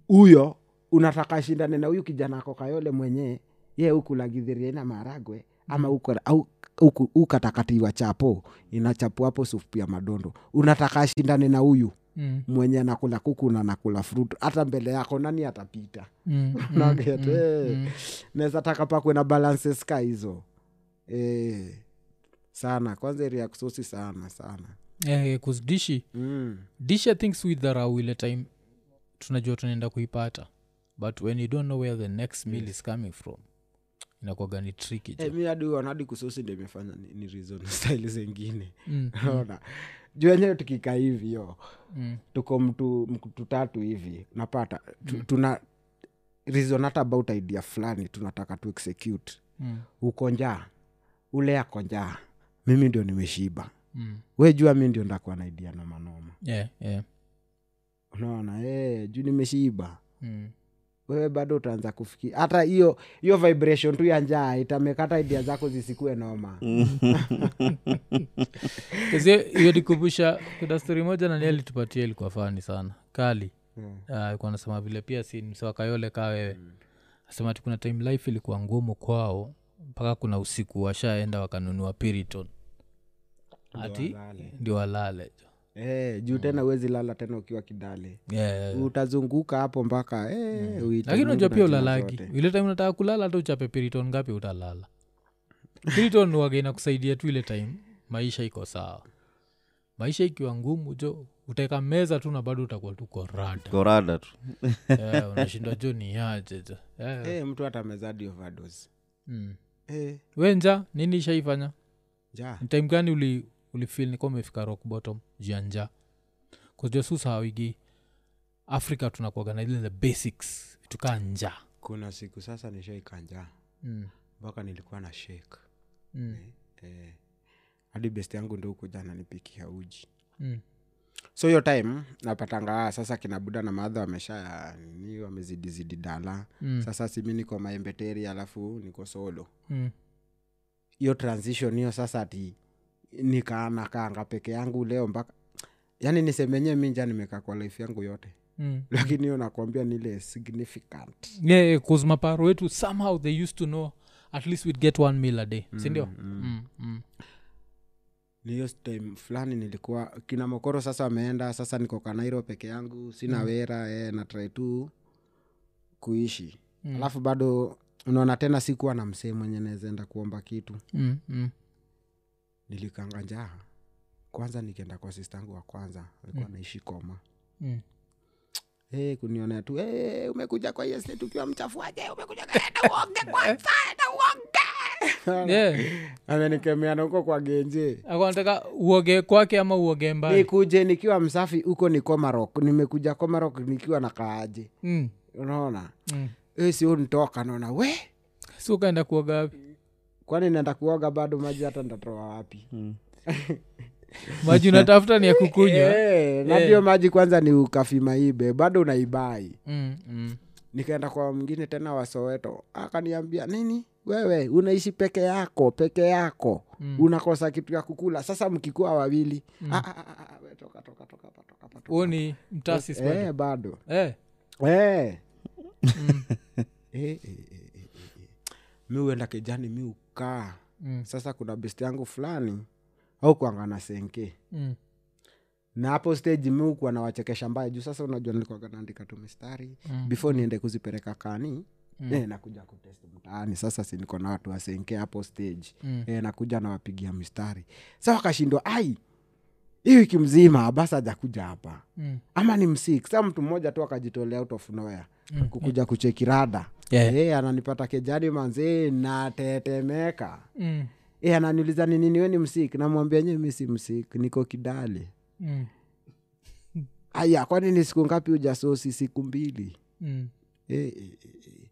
B: huyo unataka shindane na huyu kijana ako kayole mwenyee ye ukulagidhirie na maragwe ama huko- au- huku- hukatakatiwa chapo inachapu hapo supu ya madondo unataka shindane na huyu
A: Mm.
B: mwenye anakula kuku na nakula fruit hata mbele yako nani atapita
A: Mm. Mm.
B: Nugget, eh. naweza taka pakwe na balances ka hizo eh, sana kwanza area ya kusosi sana sana
A: Yeah, yeah, 'cause dishi
B: mm.
A: disha things with dharau ile time tunajua tunaenda kuipata but when you don't know where the next meal
B: Mm.
A: is coming from inakuwaga ni tricky jo
B: Eh, mi hadi huwa- hadi kusosi ndo imefanya ni, ni reason style zengine
A: mm.
B: naona juu wenyewe tukikaa hivi yo
A: Mm.
B: tuko mtu mtu tatu hivi napata tu, tuna reason hata about idea fulani tunataka tu execute
A: Mm.
B: uko njaa ule ako njaa mimi ndio nimeshiba
A: Mm.
B: we jua mi ndio ndakuwa na idea nomanoma
A: Yeah, yeah.
B: unaona eh, juu nimeshiba
A: Mm.
B: wewe bado utaanza kufikia hata hiyo hiyo vibration tu ya njaa itamekata idea zako zisikue noma
A: Kazi hiyo nikumbusha kuna stori moja nani alitupatia ilikuwa fani sana kali
B: Mm.
A: Ah, alikuwa anasema vile pia si msewakayole kaa wewe asema ti kuna time life ilikuwa ngumu kwao mpaka kuna usiku washaenda wakanunua piriton ati
B: walale.
A: ndio walale
B: eh,
A: Mm.
B: juu tena huwezi lala tena ukiwa kidale
A: yeah. Mm.
B: utazunguka hapo mpaka eh,
A: Eh.
B: uite
A: lakini
B: Mungu
A: unajua
B: na
A: pia
B: tena
A: ulalagi
B: zote.
A: ile time unataka kulala hata uchape piriton ngapi utalala piriton waga inakusaidia tu ile time maisha iko sawa maisha ikiwa ngumu jo uteka meza tu na bado utakuwa tuko rada
C: korada tu
A: yeah, unashindwa jo ni aje jo yeah.
B: eh, mtu atamezadi overdos
A: mm.
B: eh,
A: wenja nini ishaifanya
B: njaa
A: Ni time gani uli ulifil nika umefika rock bottom juu ya njaa kujua su sawigi afrika tunakuaga na ile the basics tukaa njaa
B: kuna siku sasa nishaika njaa
A: mm.
B: mpaka nilikuwa na shek
A: mm.
B: eh, hadi best yangu ndo huko jana nipikia uji
A: mm.
B: so hiyo time napatanga ah, sasa kina buda na maadha wamesha nini wamezidizidi dala
A: Mm.
B: sasa simi niko maembeteri alafu niko solo
A: Mm.
B: hiyo transition hiyo sasa ati nikaanakaanga peke yangu leo mpaka yaani nisemenye minja nimekaa kwa life yangu yote
A: Mm.
B: lakini hiyo nakwambia nile significant
A: yeah, yeah, 'cause maparo wetu somehow they used to know at least we'd get one meal a day sindio mm, mm.
B: ni hiyo time fulani nilikuwa kina mokoro sasa wameenda sasa niko kanairo peke yangu sina mm. wera eh, na try tu kuishi mm. alafu bado unaona tena sikuwa na msee mwenye nawezaenda kuomba kitu
A: Mm, mm,
B: nilikanga njaa kwanza nikienda kwa sistangu wa kwanza alikuwa mm. naishi koma
A: mm.
B: hey, kunionea tu hey, umekuja kwa hiyo state ukiwa mchafuaje umekuja kwa enda uonge kwanza enda uonge
A: Yeah.
B: amenikemeana huko kwa genje
A: Ako anataka uoge kwake ama uoge mbali
B: nikuje nikiwa msafi huko ni komarok nimekuja komarok nikiwa na kaaje
A: mm,
B: unaona
A: mm.
B: e, sio nitoka naona we
A: si ukaenda kuoga wapi
B: kwani naenda kuoga bado maji hata ndatoa wapi mm.
A: maji unatafuta ni ya kukunywa
B: Eh, ndio maji kwanza ni ukafimaibe bado unaibai
A: mm, mm.
B: nikaenda kwa mwingine tena wasoweto akaniambia nini wewe unaishi peke yako peke yako mm. unakosa kitu ya kukula sasa mkikuwa wawili mm. ah, ah, ah, ah, we, toka, toka, toka, hapa, toka, hapa, toka.
A: huo ni mtasis bado. Mm.
B: Eh, bado
A: Eh,
B: Eh. Eh, eh, eh, eh, eh, eh. mi huenda kijani mi ukaa
A: Mm.
B: sasa kuna best yangu fulani au kuangana senke
A: mm,
B: na hapo stage mi ukuwa nawachekesha mbaya juu sasa unajua nilikuwaga naandika tu mistari
A: Mm.
B: before niende kuzipeleka kani
A: Mm.
B: Eh, nakuja kutest mtaani sasa si niko na watu wasenke hapo stage
A: Mm.
B: eh, nakuja nawapigia mistari sa wakashindwa ai hii wiki mzima basi hajakuja hapa
A: mm.
B: ama ni msik sa mtu mmoja tu akajitolea out of nowhere
A: Mm.
B: kukuja kucheki rada
A: Yeah.
B: Eh, ananipata kejani manzee natetemeka
A: Mm,
B: e, ananiuliza ni nini we ni msik namwambia nye mi si msik niko kidali
A: mm,
B: aya kwani ni siku ngapi ujasosi siku mbili
A: mm,
B: e, e, e.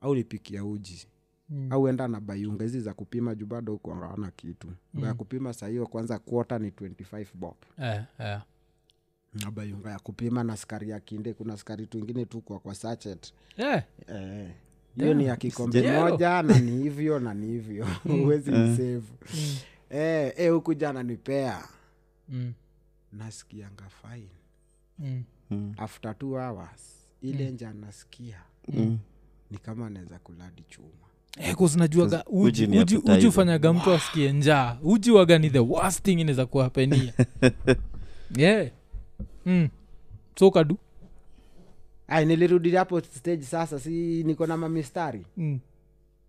B: au nipikia uji
A: Mm.
B: au enda na bayunga hizi za kupima juu bado kuangaana kitu mm. ya kupima sahiyo kwanza kuota ni 25 bob
A: eh, eh.
B: na bayunga ya kupima na skari ya kinde kuna skari tuingine tu kwa kwa sachet
A: Yeah.
B: Eh, hiyo ni ya kikombe
A: Sijero.
B: moja na ni hivyo na ni hivyo Mm. huwezi msevu Eh, eh, huku jana nipea
A: Mm,
B: nasikianga fine
A: mm,
B: after two hours ile nja nasikia Mm. ni kama naweza kuladi chuma
A: Eh, 'cause najuaga uji
C: uji ni
A: uji- uji
C: appetizer.
A: ufanyaga mtu asikie njaa uji waga ni the worst thing inaweza kuhapenia yeah. mm. so kadu
B: ai nilirudi hapo stage sasa si niko na mamistari
A: mm.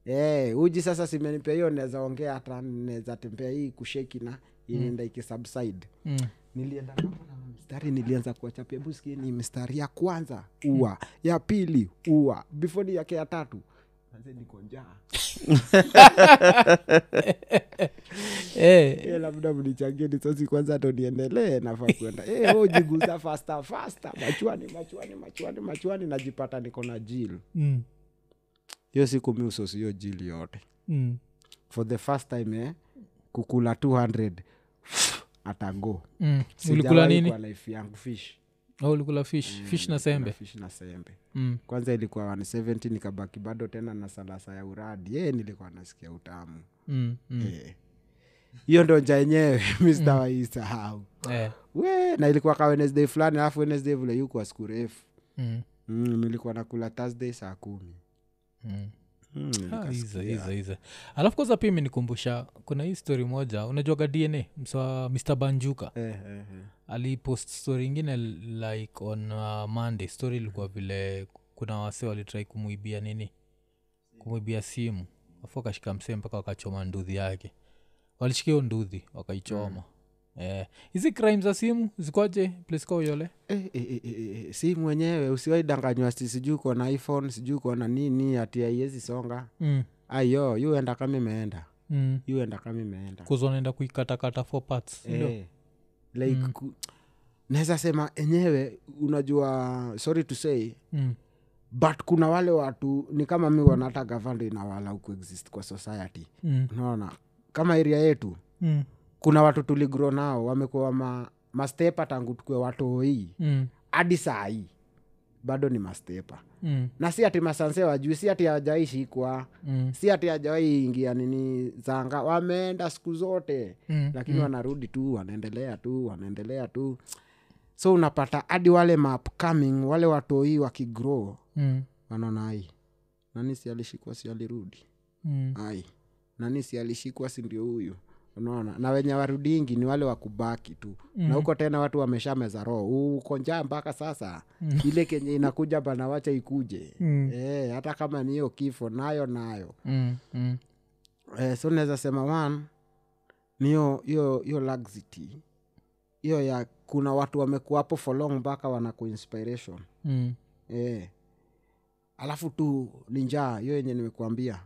B: eh, uji sasa simenipea hiyo naweza ongea hata naweza tembea hii kusheki na inaenda ikisubside
A: mm.
B: Mm. nilienda hapo na mstari nilianza kuwachapia buski ni mstari ya kwanza ua ya pili ua before ni yake ya tatu Manze niko njaa
A: eh.
B: Eh, labda mnichangie nisosi kwanza hata niendelee nafaa kwenda Eh, wewe ujiguza fasta fasta machuani machuani machuani machuani najipata niko na jil
A: mm.
B: hiyo siku mi usosi hiyo jil yote
A: Mm.
B: for the first time eh, kukula 200 atago
A: Mm. ulikula
B: Sijawahi Mm.
A: nini
B: kwa life yangu fish
A: oh, ulikula fish fish na
B: na
A: sembe
B: fish na sembe
A: mm.
B: kwanza ilikuwa 170 nikabaki bado tena na salasa ya uradi e, nilikuwa nasikia utamu
A: Mm. Mm.
B: Eh. hiyo ndo nja yenyewe
A: Hmm.
B: mistawaisahau
A: Eh.
B: we na ilikuwa ka wednesday fulani alafu wednesday vile yukuwa siku refu Hmm,
A: Mm.
B: mm, nilikuwa nakula thursday saa kumi
A: Mm. Ah, hizo, hizo, hizo. alafu kwanza pia imenikumbusha kuna hii story moja unajuaga dna msa mr banjuka
B: eh, eh, eh.
A: alipost story ingine like on uh, monday story ilikuwa vile kuna wase walitrai kumuibia nini kumuibia simu afu akashika msee mpaka wakachoma ndudhi yake walishikia hiyo ndudhi wakaichoma Eh, hizi crime za simu zikwaje plesko yole
B: Eh, eh, eh, eh, eh, si mwenyewe usiwaidanganywa sti sijui uko na iphone sijui uko na nini ati aiwezi songa
A: mm.
B: ayo yuenda kama imeenda
A: mm.
B: yuenda kama imeenda
A: kuzanaenda kuikatakata for parts ndio?
B: Eh, like ku- naweza sema enyewe unajua sorry to say
A: Mm.
B: but kuna wale watu ni kama mi wanataka vando inawala kuexist kwa society
A: Mm.
B: unaona kama area yetu
A: Mm.
B: kuna watu tuligro nao wamekuwa ma, mastepa tangu tukue watooi
A: Mm.
B: hadi saa hii bado ni mastepa
A: Mm.
B: na si ati masanse wajui si ati hawajaishikwa
A: Mm.
B: si ati hajawai ingia nini zanga wameenda siku zote
A: Mm.
B: lakini wanarudi tu wanaendelea tu wanaendelea tu so unapata hadi wale maupcoming wale watoi wakigrow
A: Mm.
B: wanaona ai nani si alishikwa si alirudi
A: Mm.
B: ai nani si alishikwa si ndio huyu unaona na wenye warudingi ni wale wakubaki tu mm.
A: Mhm.
B: na huko tena watu wameshameza roho "Huu uko njaa mpaka sasa mm. ile kenye inakuja bana wacha ikuje
A: Mm.
B: Eh, hata kama ni hiyo kifo nayo nayo
A: Mm. Mm.
B: eh, so naweza sema one ni hiyo- hiyo hiyo laxity hiyo ya kuna watu wamekuwa hapo for long mpaka wanaku inspiration
A: Mm.
B: eh. alafu tu ni njaa hiyo yenye nimekuambia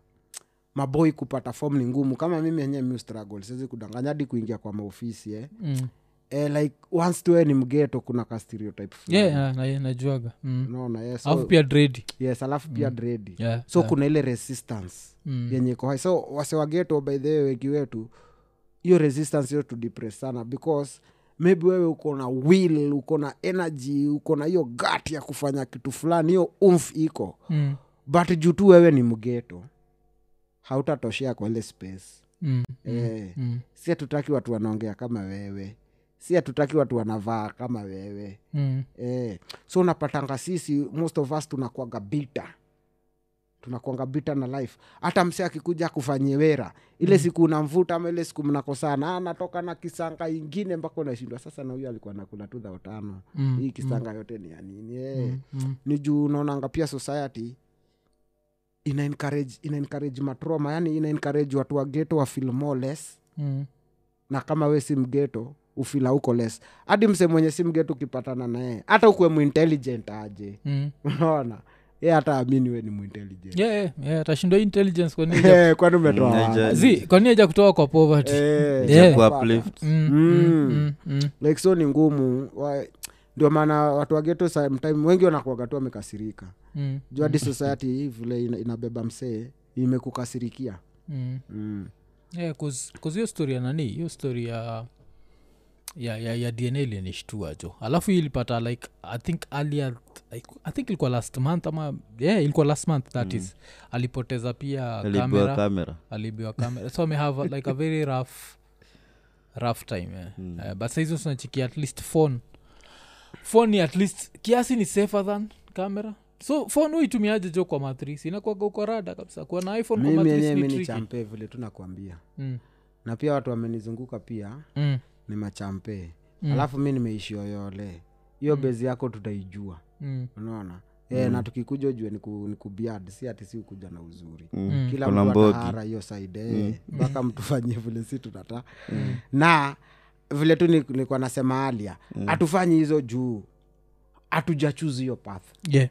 B: maboi kupata fom ni ngumu kama mimi enyewe mi struggle siwezi kudanganya hadi kuingia kwa maofisi eh.
A: Mm.
B: Eh, like once tuwe ni mgeto kuna ka stereotype fulani.
A: Yeah, na- na- najuaga Mm.
B: unaona eh, so,
A: alafu pia dredi
B: yes alafu pia dread.
A: Yeah,
B: so kuna ile resistance
A: Mm.
B: yenye iko high. so wasewageto by the way wengi wetu hiyo resistance hiyo tudepress sana because maybe wewe uko na will uko na energy uko na hiyo gat ya kufanya kitu fulani hiyo umf iko
A: Mm.
B: but juu tu wewe ni mgeto hautatoshea kwa ile space
A: Mm.
B: eh,
A: Mm.
B: si hatutaki watu wanaongea kama wewe si hatutaki watu wanavaa kama wewe
A: Mm.
B: eh, so unapatanga sisi most of us tunakuaga bita tunakuanga bita na life hata mse akikuja kufanyie wera ile mm. siku unamvuta ama ile siku mnakosana "Ah, natoka na kisanga ingine mpaka unashindwa sasa na huyu alikuwa nakula tu dhao tano
A: Mm.
B: hii kisanga yote ni ya nini eh.
A: Mm. Mm.
B: ni juu unaonanga pia society ina encourage, ina encourage matroma yani ina encourage watu wa geto wa feel more less
A: Mm.
B: na kama we si mgeto ufila huko les hadi mse mwenye si mgeto ukipatana naye hata ukuwe muintelligent aje
A: Mm.
B: unaona ye hata amini we ni muintelligent
A: Yeah, yeah, yeah, atashindwa intelligence kwa nini
B: Eh, kwani umetoa
C: Mm,
B: wapi?
C: naija-
A: zi kwa nini aja kutoka kwa poverty
B: Eh,
A: Yeah.
C: Ku
B: unapata.
C: uplift.
A: Mm,
B: Mm.
A: mm, mm,
B: like so ni ngumu Wa- ndio maana watu wageto sometime wengi wanakuaga tu wamekasirika
A: mm,
B: juu hadi society hii vile ina- inabeba msee imekukasirikia
A: mm.
B: mm.
A: Yeah, 'cause- 'cause hiyo story ya nani hiyo story ya ya, ya, ya dna ilinishtua jo alafu hii ilipata like i think earlier i, I think ilikuwa last month ama yeah, ilikuwa last month that is alipoteza pia
C: alibiwa
A: kamera
C: kamera
A: alibiwa kamera so amehave like a very rough rough time yeah. Eh, but saizi tunachikia at least phone phone ni at least kiasi ni safer than camera so phone huitumiaje jo kwa matrisi inakuaga uko rada kabisa kuwa na iphone kwa
B: mimi
A: matrisi
B: enyewe mi
A: ni
B: ni
A: tricky
B: champe vile tu nakwambia
A: mm.
B: na pia watu wamenizunguka pia
A: Mm.
B: ni machampe mm. alafu mi nimeishi yoyole hiyo mm. bezi yako tutaijua
A: Mm.
B: unaona e, na tukikuja ujue ni, ku, ni kubiad si ati si ukuja na uzuri
C: Mm.
B: kila
C: Kuna
B: mtu
C: mbogi. Mm.
B: anahara hiyo saide mpaka mtufanyie vile si tunata na vile tu ni- nilikuwa nasema alia
C: Mm.
B: hatufanyi hizo juu hatujachuzi hiyo path
A: yeah.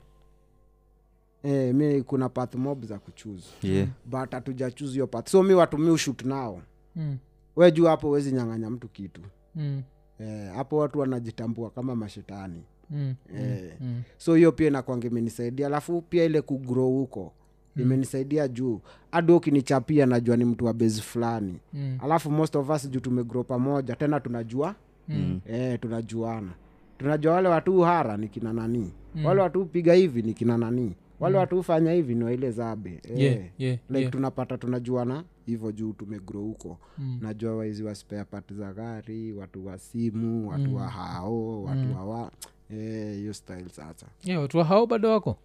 B: e, mi kuna path mob za kuchuzi
C: yeah.
B: but hatujachuzi hiyo path so mi watu mi ushut nao
A: mm.
B: we juu hapo huwezi nyang'anya mtu kitu
A: Mm.
B: Eh, hapo watu wanajitambua kama mashetani
A: Mm.
B: Eh,
A: mm.
B: so hiyo pia inakwanga imenisaidia alafu pia ile kugrow huko
A: Hmm.
B: imenisaidia juu hadi ukinichapia najua ni mtu wa base fulani
A: Mm.
B: alafu most of us juu tumegrow pamoja tena tunajua
A: Hmm.
C: Mm.
B: eh, tunajuana tunajua wale watu uhara ni kina nani
A: Hmm.
B: wale watu upiga hivi ni kina nani wale watu ufanya hivi ni waile zabe eh,
A: Yeah, yeah,
B: like
A: yeah.
B: tunapata tunajuana hivyo juu tumegrow huko
A: Mm.
B: najua waizi wa spare part za gari watu wa simu watu
A: Mm.
B: wa hao watu wa wa eh, hiyo style sasa
A: yeah, watu wa hao bado wako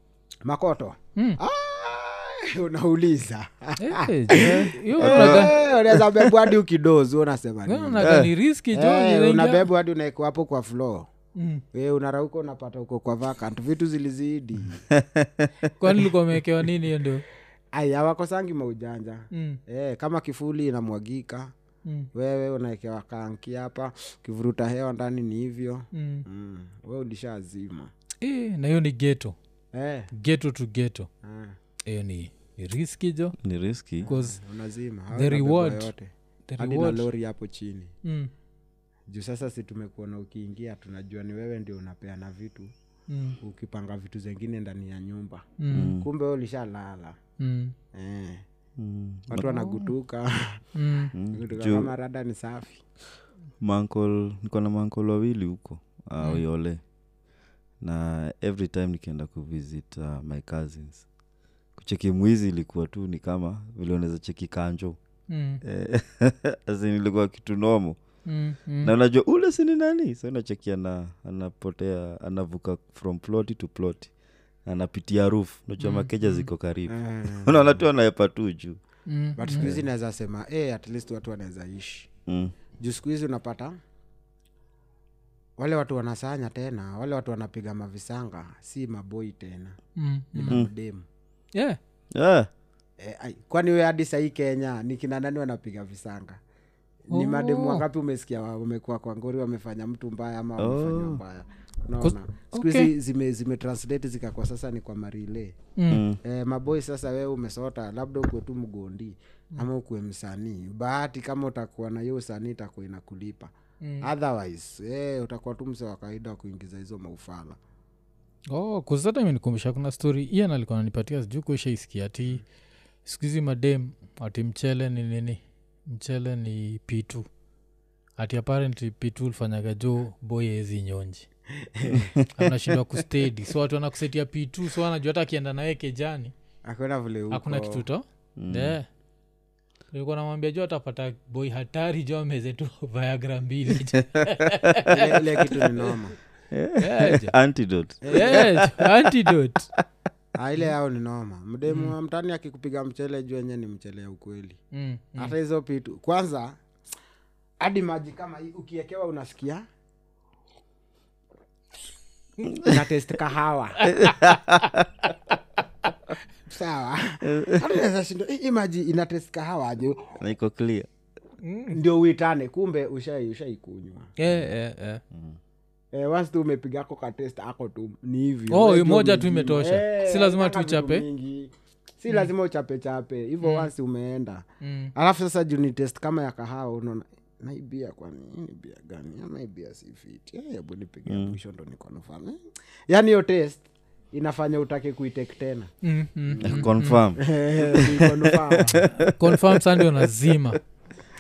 B: makoto
A: Mm.
B: Ah, unauliza
A: Eh, je, hiyo unaga-
B: Eh, unaweza bebwa hadi ukidozi unasema
A: hiyo
B: nini?
A: unaga ni riski jo
B: Eh,
A: ninaingia-
B: unabebwa hadi unaekwa hapo kwa floor
A: Mm.
B: we unarauka unapata uko kwa vacant vitu zilizidi
A: kwani ulikuwa umewekewa nini hiyo ndio
B: ai hawakosangi maujanja
A: Mm,
B: eh, kama kifuli inamwagika
A: mm,
B: wewe unaekewa kanki hapa ukivuruta hewa ndani ni hivyo
A: mm.
B: mm. we ulishazima
A: Eh, na hiyo ni geto
B: eh,
A: geto to geto
B: eh,
A: hiyo ni ni riski jo
C: ni riski
A: 'cause
B: unazima
A: The
B: hauna
A: reward.
B: beba yote.
A: the
B: hadi na
A: reward-
B: lori hapo chini
A: Mm,
B: juu sasa si tumekuona ukiingia tunajua ni wewe ndio unapeana vitu
A: mm,
B: ukipanga vitu zengine ndani ya nyumba
A: mm,
B: kumbe we ulishalala
A: mm,
B: eh.
C: mm.
B: watu wanagutuka
A: mm.
B: gutuka
C: Juu-
B: kama rada ni safi
C: mankol niko na mankol wawili huko
A: Mm.
C: uh, Oyole. na every time nikienda kuvisit uh, my cousins kucheki mwizi ilikuwa tu ni kama vile unaweza cheki kanjo
A: Mm,
C: Eh, as in ilikuwa kitu nomo
A: mm, mm.
C: na unajua ule sini nani so unachekia na anapotea anavuka from ploti to ploti anapitia roof unajua
A: Mm,
C: makeja
A: mm.
C: ziko karibu
B: Eh.
C: unaona tu anaepa tu juu
A: Mm,
B: but
A: mm.
B: siku hizi naweza sema eh, at least watu wanaweza ishi
C: mm.
B: juu siku hizi unapata wale watu wanasanya tena wale watu wanapiga mavisanga si maboi tena
A: Mm,
B: ni
A: mm.
B: mamdemu
A: Yeah.
C: yeah.
B: eh, ai, kwani we hadi sahii kenya ni kina nani wanapiga visanga ni
A: Oh.
B: mademu wangapi umesikia wa- wamekuwa kwa ngori wamefanya mtu mbaya ama wamefanya mbaya
A: Cause-
B: unaona siku hizi
A: okay.
B: zime, zime translate zikakuwa sasa ni kwa marile
A: Mm,
C: mm.
B: eh, maboi sasa wewe umesota labda ukuwe tu mgondi
A: Mm.
B: ama ukuwe msanii bahati kama utakuwa na hiyo usanii itakuwa inakulipa
A: mm.
B: otherwise eh, utakuwa tu mse wa kawaida wa kuingiza hizo maufala
A: oh, kuzata imenikumbusha kuna story ian alikuwa nanipatia sijuu kuishaisikia ti siku hizi madem ati mchele ni nini mchele ni p2 ati apparently p2 ulifanyaga jo boy ezi nyonji anashindwa kustedi so watu wanakusetia p2 so anajua hata akienda nawe kejani
B: hakuna vile huko.
A: hakuna kitu to
C: Mm.
A: yeah. ilikuwa namwambia jo atapata boy hatari jo amezetu viagra mbili jo.
B: Ile- ile kitu ni noma
A: Yeah, jo.
C: antidote
A: Yeah, jo. antidote
B: Ah,
A: Mm.
B: ile yao ni noma mdemu wa mtani akikupiga mchele juu enye ni mchele ya ukweli
A: mm, mm,
B: hata hizo pitu kwanza hadi maji kama hii ukiekewa unasikia na test kahawa sawa hata unaweza shindwa, "Hii- hii maji ina test kahawa aje
C: na iko clear
A: mm.
B: ndio uitane kumbe ushai- ushaikunywa
A: Yeah, yeah, yeah.
B: Eh, once tu umepiga ako katest ako tu ni hivyo
A: Oh,
B: Unajua
A: moja tu
B: mzima.
A: imetosha. Si lazima
B: haina vitu
A: tuichape.
B: mingi. si lazima uchapechape hivyo once umeenda
A: Mm.
B: alafu sasa juu ni test kama ya kahawa unaona naibia kwani Hii ni bia gani ama hii bia si fiti Eh, hebu nipigia
A: Mm.
B: mwisho ndo niko nafanya yaani hiyo test inafanya utake kuitek tena Eh,
A: Mm, mm.
C: confirm
A: confirm sandi unazima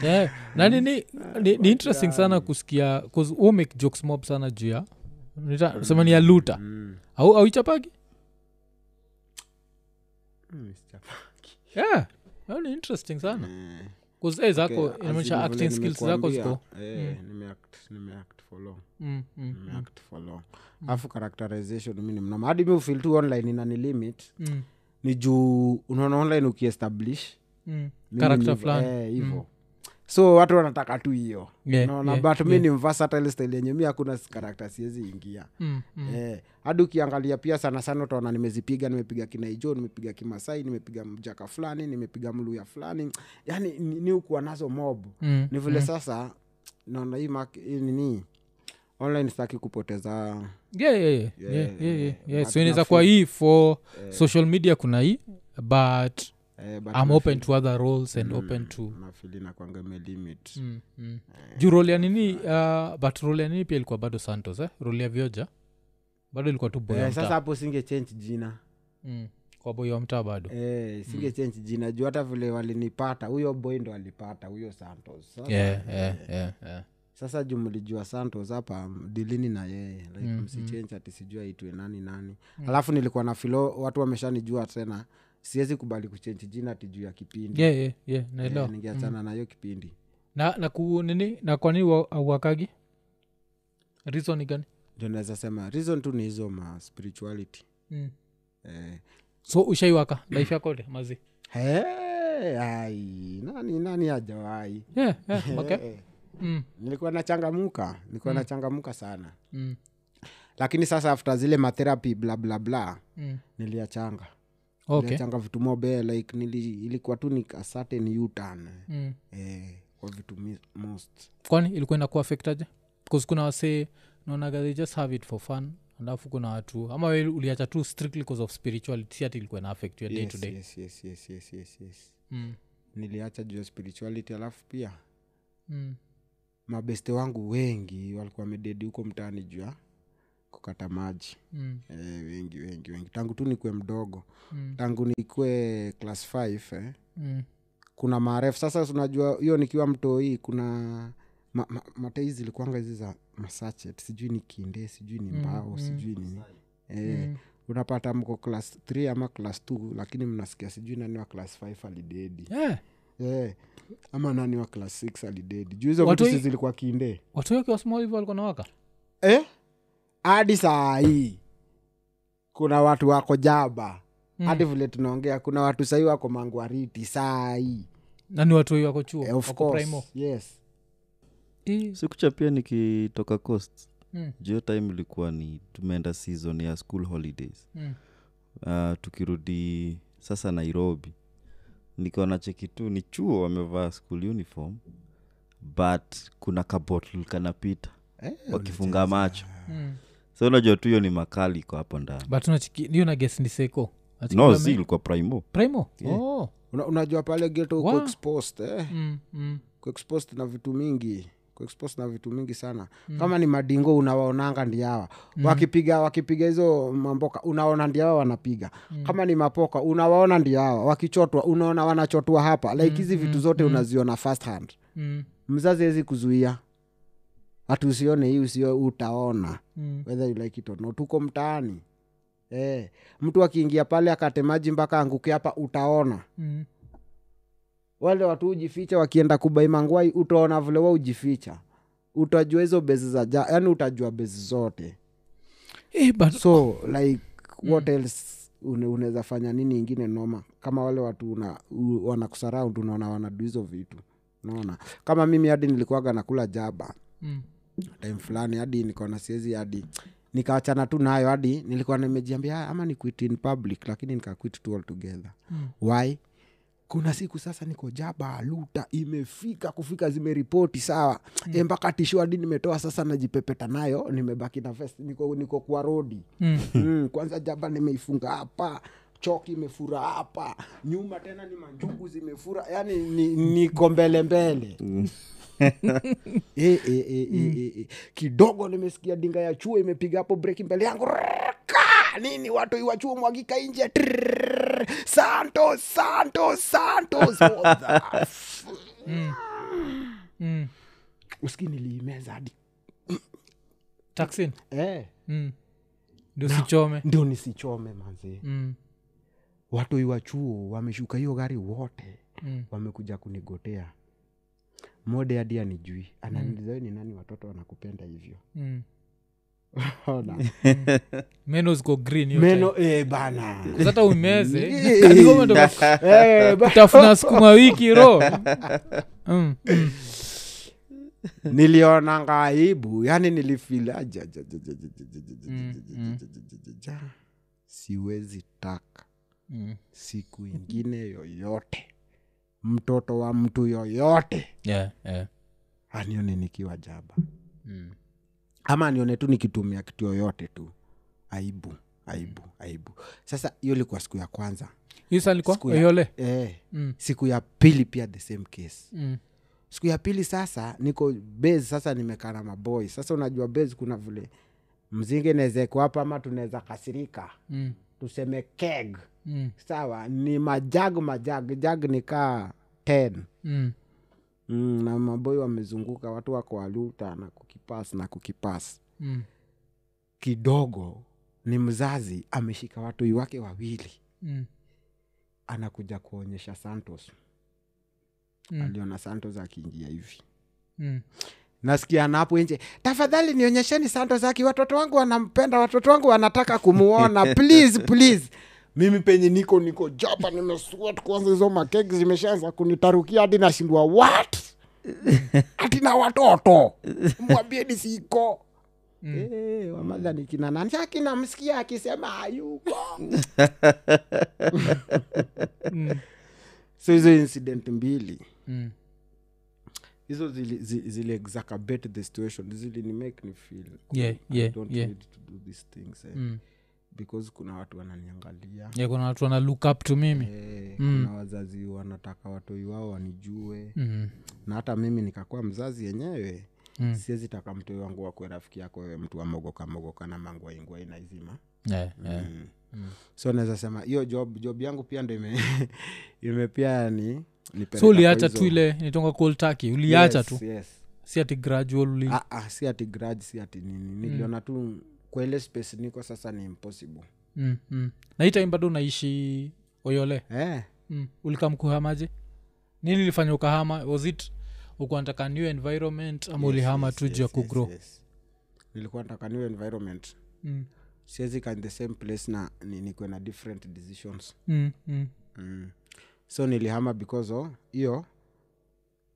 A: yeah. Eh, na nini ni, ni interesting sana kusikia cause we make jokes mob sana juu ya nita- sema ni ya luta
B: Mm.
A: au auichapagi
B: Mm,
A: yeah. Hiyo ni interesting sana bcause zako
B: Eh,
A: inaonyesha acting skills zako ziko mm, mm,
B: afu characterization mi ni mnoma hadi mi ufil tu online inani limit
A: mm,
B: ni juu unaona online ukiestablish
A: mm.
B: mimi
A: character
B: nivo-
A: fulani Mm.
B: eh, hivo so watu wanataka tu hiyo
A: Yeah,
B: naona
A: yeah,
B: but mi ni mvasatile style yenye mi hakuna karakta siwezi ingia
A: Mm, mm.
B: Eh, hadi ukiangalia pia sana sana utaona nimezipiga nimepiga kinaijo nimepiga kimasai nimepiga mjaka fulani nimepiga mluya fulani yani ni, ni ukuwa nazo mob
A: Mm,
B: ni vile sasa naona hii mark- hii nini online sitaki kupoteza
A: yeah, yeah, yeah,
B: Yeah,
A: yeah, yeah, yeah,
B: yeah.
A: yeah.
B: But
A: so inaweza
B: nafeel-
A: kuwa hii for social media kuna hii but
B: eh, but
A: i'm
B: na- Mm.
A: open to other roles and open to
B: na feel inakuanga imelimit.
A: mm, mm.
B: Eh.
A: juu role ya nini uh, but role ya nini pia ilikuwa bado santos eh? role ya vioja bado ilikuwa tu boy wa
B: Eh,
A: mtaa.
B: sasa hapo singe change jina
A: mm. kwa boy wa mtaa bado Mm.
B: eh, singe change jina juu hata vile walinipata huyo boy ndo alipata huyo santos sasa,
A: yeah,
B: eh.
A: yeah, yeah, yeah.
B: sasa juu mlijua santos hapa dilini na yeye like
A: Mm,
B: msichange ati sijui aitwe nani nani alafu nilikuwa na filo watu wameshanijua tena siwezi kubali kuchange jina ati juu ya kipindi
A: yeah, Mm. yeah, yeah. naelewa
B: eh, ningeachana na hiyo kipindi
A: na, na ku nini na kwa nini wa- auwakagi reason ni gani
B: ndio naweza sema reason tu ni hizo ma spirituality
A: mm.
B: eh,
A: so ushaiwaka life yakote mazi
B: Hey, ai, nani nani ajawai
A: yeah, yeah, okay. mm,
B: nilikuwa nachangamuka nilikuwa nachangamuka sana
A: mm,
B: lakini sasa after zile matherapy bla bla bla
A: mm.
B: niliachanga
A: okay
B: niliachanga vitu mobe like nili, ilikuwa tu ni a certain utan
A: mm.
B: eh, kwa vitu mi- most
A: kwani ilikuwa inakuwa afektaje bcause kuna wasee naonaga they just have it for fun alafu kuna watu ama we uliacha tu strictly because of spirituality si ati ilikuwa ina affect your day to
B: yes,
A: day
B: yes, yes, yes, yes, yes, yes.
A: Mm,
B: niliacha juu ya spirituality alafu pia
A: mm,
B: mabeste wangu wengi walikuwa wamededi huko mtaani juu ya kukata maji
A: mm,
B: e, wengi wengi wengi tangu tu nikue mdogo
A: mm,
B: tangu nikue class 5 eh,
A: mm,
B: kuna marefu sasa unajua hiyo nikiwa mtoii kuna ma, ma, matei zilikuwanga hizi za masachet sijui ni kinde sijui ni mbao
A: mm.
B: sijui ni eh,
A: mm.
B: unapata mko class 3 ama class 2 lakini mnasikia sijui nani wa class 5 alidedi
A: Yeah,
B: eh, ama nani wa class 6 alidedi juu hizo
A: Watu
B: vitu si
A: hii-
B: zilikuwa kinde
A: watu wakiwa small hivyo walikuwa nawaka
B: eh? hadi saa hii kuna watu wako jaba
A: Mm.
B: hadi vile tunaongea kuna watu sahii wako mangwariti saa hii
A: nani watu wako chuo
B: eh, of
A: wako primo
B: course yes
A: Eh,
C: sikucha pia nikitoka coast
B: Hmm.
A: mm,
C: jio time ilikuwa ni tumeenda season ya school holidays
B: Hmm.
A: mm,
C: uh, tukirudi sasa nairobi nikiwa nacheki tu ni chuo wamevaa school uniform but kuna kabotl kanapita
B: Eh,
C: wakifunga macho
A: mm.
C: so unajua tu hiyo ni makali iko hapo ndani
A: but unachiki- hiyo na guess ni seko
C: no
A: Achikiwa
C: z
A: me-
C: ilikuwa primo
A: primo oh.
B: Una, unajua pale geto
A: Wow.
B: wow. exposed eh?
A: mm, mm,
B: kuexposed na vitu mingi kuexposed na vitu mingi sana
A: Hmm.
B: mm. kama ni madingo unawaonanga ndiawa mm. wakipiga wakipiga hizo mamboka unaona ndiawa wanapiga
A: Hmm.
B: mm. kama ni mapoka unawaona ndiawa wakichotwa unaona wanachotwa hapa
A: Hmm,
B: like hizi vitu zote unaziona first hand
A: mm,
B: mzazi hezi kuzuia hati usione hii usio utaona
A: mm.
B: whether you like it or not uko mtaani eh, mtu akiingia pale akate maji mpaka anguke hapa utaona
A: mm.
B: wale watu ujificha wakienda kubaimangwai utaona vile wa ujificha utajua hizo bezi za ja yani utajua bezi zote
A: Eh, but
B: so like what else une- unaweza fanya nini ingine noma kama wale watu una, u- wanakusaraund unaona wanadu hizo vitu naona kama mimi hadi nilikuwaga nakula jaba
A: mm.
B: time fulani hadi nikaona siezi hadi nikaachana tu nayo hadi nilikuwa nimejiambia "Ah, ama ni quit in public lakini nikaquit tu altogether
A: Mm.
B: why kuna siku sasa niko jaba luta imefika kufika zimeripoti sawa mm. mpaka tisho hadi nimetoa sasa najipepeta nayo nimebaki na vest niko, niko kwa rodi
A: Mm.
B: mm, kwanza jaba nimeifunga hapa choki imefura hapa nyuma tena ni manjugu zimefura yani ni, niko Eh, mbelembele e, e, e, e, e, e. kidogo nimesikia dinga ya chuo imepiga hapo breki mbele yangu Rrrka! nini watu iwachuo mwagika nje Trrrr! santos santos santos What the f-
A: Mm.
B: uski niliimeza hadi
A: Taksin.
B: eh,
A: Mm. ndio usichome
B: ndio nisichome manzi
A: Mm.
B: watu iwachuo wameshuka hiyo gari wote
A: Mm.
B: wamekuja kunigotea mode hadi anijui ananiuliza mm. ni nani watoto wanakupenda hivyo
A: Mm.
B: Ona.
A: meno ziko green hiyo time.
B: meno eh, bana
A: Sasa hata umeze
B: Eh.
A: Hadi kama utaka-
B: Eh, ba-
A: utafuna sukuma wiki ro Mm, mm.
B: nilionanga aibu Yaani ah, yani nilifilaja
A: Mm, mm.
B: siwezi taka
A: Mm.
B: siku ingine yoyote mtoto wa mtu yoyote
A: Yeah, yeah.
B: anione nikiwa jaba
A: Mm.
B: ama nione tu nikitumia kitu yoyote tu aibu aibu aibu sasa hiyo ilikuwa siku ya kwanza
A: Hiyo saa ilikuwa
B: Siku ya-
A: Oyole?
B: eh,
A: Mm.
B: siku ya pili pia the same case
A: Mm.
B: siku ya pili sasa niko base sasa nimekaa na maboy sasa unajua base kuna vile mzingi inaezeko hapa ama tunaweza kasirika
A: Mm.
B: tuseme keg
A: Mm.
B: sawa ni majag majag jag nikaa ten
A: Mm.
B: mm, na maboy wamezunguka watu wako waluta na kukipas na kukipas
A: Mm.
B: kidogo ni mzazi ameshika watoi wake wawili
A: Mm.
B: anakuja kuonyesha santos
A: Mm.
B: aliona santos akiingia hivi
A: Mm.
B: nasikiana hapo nje tafadhali nionyesheni santo zaki watoto wangu wanampenda watoto wangu wanataka kumuona please please mimi penye niko niko japa nimeswat kwanza hizo makeki zimeshaanza kunitarukia hadi nashindwa what hati na watoto mwambieni siko Eh, wamadha ni kina nani Sasa kina msikia akisema hayuko so hizo incident mbili
A: Mm.
B: hizo zili, zili, zili exacerbate the situation zili ni make ni feel
A: Yeah,
B: I
A: yeah,
B: don't
A: yeah.
B: need to do these things eh.
A: Mm.
B: because kuna watu wananiangalia
A: Yeah, kuna watu wana look up to mimi
B: eh,
A: Mm.
B: kuna wazazi wanataka watoi wao wanijue
A: mm.
B: na hata mimi nikakuwa mzazi yenyewe
A: Mm.
B: siwezi taka mtoi wangu wakue rafiki yako wewe mtu amogoka mogoka na manguaingua inaizima
A: yeah, yeah.
B: mm. mm. so naweza sema hiyo job job yangu pia ndo ime, ime pia ni nipeleka
A: so
B: kwa
A: uliacha
B: hizo-
A: tu ile nitonga koltaki uliacha
B: yes,
A: tu
B: yes.
A: si ati gradual uli
B: Ah, ah, si ati grad si ati nini niliona tu kwa ile space niko sasa ni impossible
A: mm, mm. na hii time bado unaishi oyole
B: eh,
A: mm. ulikam kuhamaje nini ilifanya ukahama was it ukuwa nataka new environment ama ulihama tu juu ya kugrow
B: yes. nilikuwa nataka new environment
A: Mm,
B: siwezi ka in the same place na ni- nikuwe na different decisions
A: mm, mm,
B: mm. so nilihama because of hiyo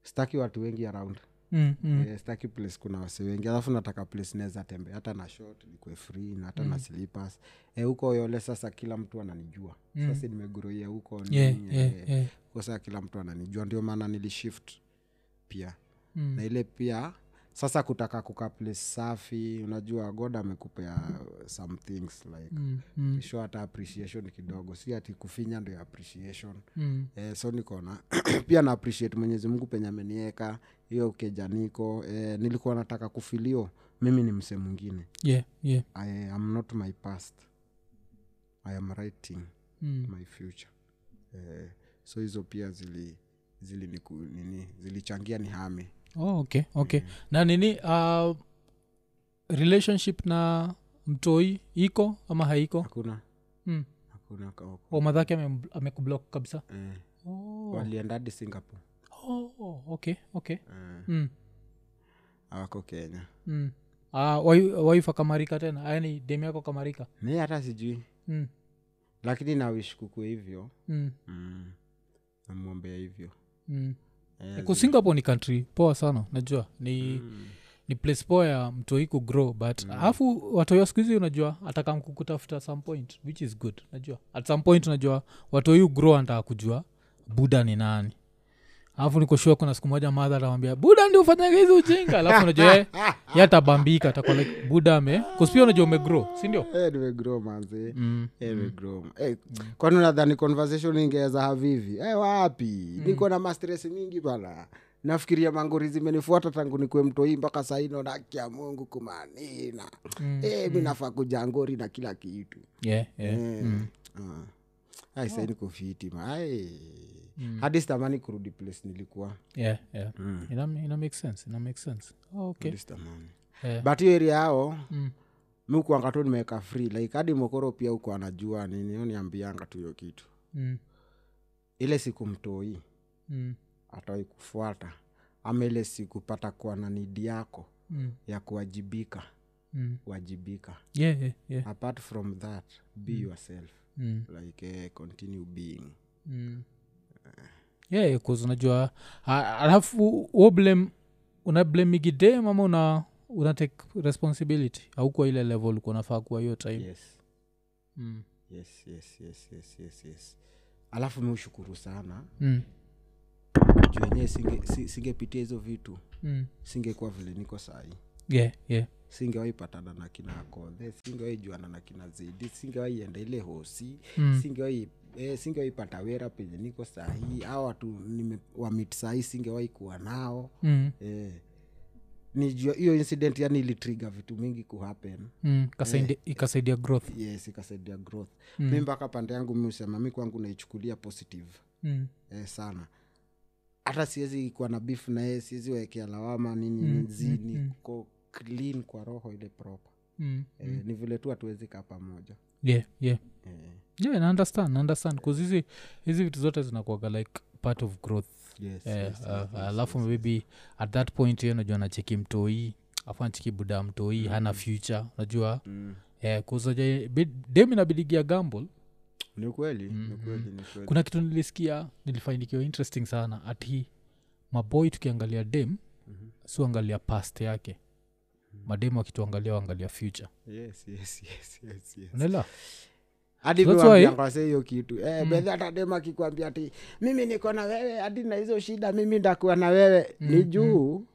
B: staki watu wengi around
A: mm, mm,
B: Eh, staki place kuna wase wengi alafu nataka place naweza tembea hata na short nikwe free na hata
A: Mm.
B: na slippers Eh, huko yole sasa kila mtu ananijua sasa nimeguruia huko
A: Mm. yeah,
B: nini, eh,
A: yeah, yeah.
B: kwa saa kila mtu ananijua ndio maana nilishift pia
A: Mm.
B: na ile pia sasa kutaka kuka place safi unajua god amekupea some things like
A: Mm, mm,
B: show hata appreciation kidogo si ati kufinya ndio appreciation
A: mm,
B: eh, so nikona pia na appreciate mwenyezi mungu penye amenieka hiyo kejaniko eh, nilikuwa nataka kufilio mimi ni mse mwingine
A: yeah, yeah,
B: i am not my past i am writing
A: mm.
B: my future eh, so hizo pia zili zili niku, nini zilichangia ni hame
A: Oh, okay,
B: Mm.
A: okay. na nini uh, relationship na mtoi iko ama haiko
B: hakuna
A: mm.
B: hakuna ka-
A: omadhake ame- amekublock kabisa
B: eh,
A: oh.
B: walienda hadi singapore
A: Oh, okay, okay.
B: eh,
A: Mm,
B: awako kenya
A: mm. Ah, wai- waifu akamarika tena yani demu yako kamarika
B: mi hata sijui
A: mm,
B: lakini nawish kukue hivyo
A: mm,
B: mm. namwombea hivyo
A: mm.
B: Eh,
A: Ku singapore ni country poa sana najua ni mm. ni place poa ya mtoi ku grow but alafu mm. watoiwa siku hizi unajua atakam kukutafuta some point which is good najua at some point unajua watoi grow anataka kujua buda ni nani alafu nikoshua kuna siku moja madha atawambia buda ndi ufanyaga hizi ujinga alafu unajua yatabambika atakuwa like buda ame kuspia unajua umegrow sindio
B: eh, nimegro manzi
A: mm.
B: Eh, nimegro. Eh, kwani unadhani conversation ingeweza havivi eh,
A: Mm.
B: wapi niko na mastres mingi bana nafikiria mangori zimenifuata tangu nikue mtoi mpaka saino nakia mungu kumanina
A: Mm,
B: eh, mi nafaa kujangori na kila kitu
A: yeah, yeah.
B: Eh, ah. Ai, saini kufiti ma ai.
A: Mm.
B: hadi sitamani kurudi place nilikuwa
A: yeah, yeah. Ina, ina make sense ina make sense oh, okay
B: Hadi sitamani.
A: Eh.
B: but hiyo area yao
A: Mm.
B: mi kuanga tu nimeweka free like hadi mokoro pia huko anajua nini yo niambianga tu hiyo kitu
A: mm.
B: ile siku mtoi
A: Mm.
B: atawai kufuata ama ile siku pata kuwa na nidi yako
A: Mm.
B: ya kuwajibika
A: Mm.
B: wajibika
A: Yeah, yeah, yeah.
B: apart from that be yourself
A: Mm.
B: like eh, continue being
A: Mm. yeah, 'cause unajua a- alafu woblem una blame igidem ama una una take responsibility aukuwa ile level ulikuwa unafaa kuwa hiyo time
B: yes
A: Mm.
B: yes yes yes yes yes yes alafu mi ushukuru sana
A: Mm.
B: juu wenyewe singepitia singe singepitia hizo vitu
A: Mm.
B: singekuwa vile niko sahii
A: yeah, yeah.
B: singewahi patana na kina kodhe singewahi juana na kina zidi singewahi enda ile hosi
A: Mm.
B: singewahi eh, singewahi pata wera penye niko sahii au watu nime- wamit sahii singewahi kuwa nao
A: Mm.
B: eh. nijua hiyo incident yani ilitriga vitu mingi kuhappen
A: Mm. Kasaidia- ikasaidia growth
B: yes ikasaidia growth mm. mi mpaka pande yangu mi usema mi kwangu naichukulia positive
A: mm.
B: eh, sana hata siwezi kuwa na beef na yeye siwezi waekea lawama nini mm, zini mm, clean kwa roho ile proper
A: Mm.
B: eh, ni vile tu hatuwezi kaa pamoja
A: yeah, yeah.
B: eh,
A: yeah na understand na understand 'Cause hizi hizi vitu zote zinakuaga like part of growth
B: yes,
A: Eh,
B: yes,
A: uh, uh, alafu maybe at that point hiyo najua nacheki mtoi afu nacheki buda mtoi
B: Mm-hmm.
A: hana future unajua
B: Mm.
A: eh, kuzaja demi nabiligia gamble
B: ni kweli ni
A: Mhm.
B: kweli ni kweli
A: kuna kitu nilisikia nilifanikiwa interesting sana ati maboi tukiangalia dem
B: Mhm.
A: siuangalia past yake mademu akituangalia waangalia future
B: yes yes yes yes yes
A: unaelewa
B: hadi
A: That's why- Mm.
B: viwambiangwase hiyo kitu eh, bedhi hata dem akikwambia ti mimi niko na wewe hadi na hizo shida mimi ndakuwa na wewe
A: Mm,
B: ni juu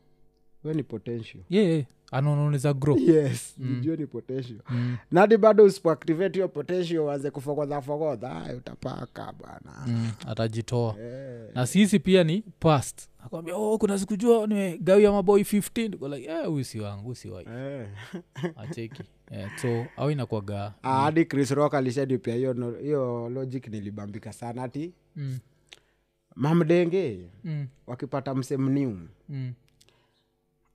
B: we ni potential
A: yeah, yeah. anaonaoneza grow
B: yes mm. nijue ni potential mm. na hadi bado usipoactivate hiyo potential uanze kufogodha fogodha ay utapaka bwana mm.
A: mm, atajitoa
B: eh,
A: na sisi pia ni past akwambia oh, kuna sikujua nimegawia maboi 15 Uko like eh, huyu si wangu huyu si wai
B: eh.
A: acheki eh, so au inakuaga
B: Ah, hadi chris rock alishadi pia hiyo no- hiyo logic nilibambika sana ati
A: mm,
B: mamdenge
A: mm,
B: wakipata msemniu
A: mm,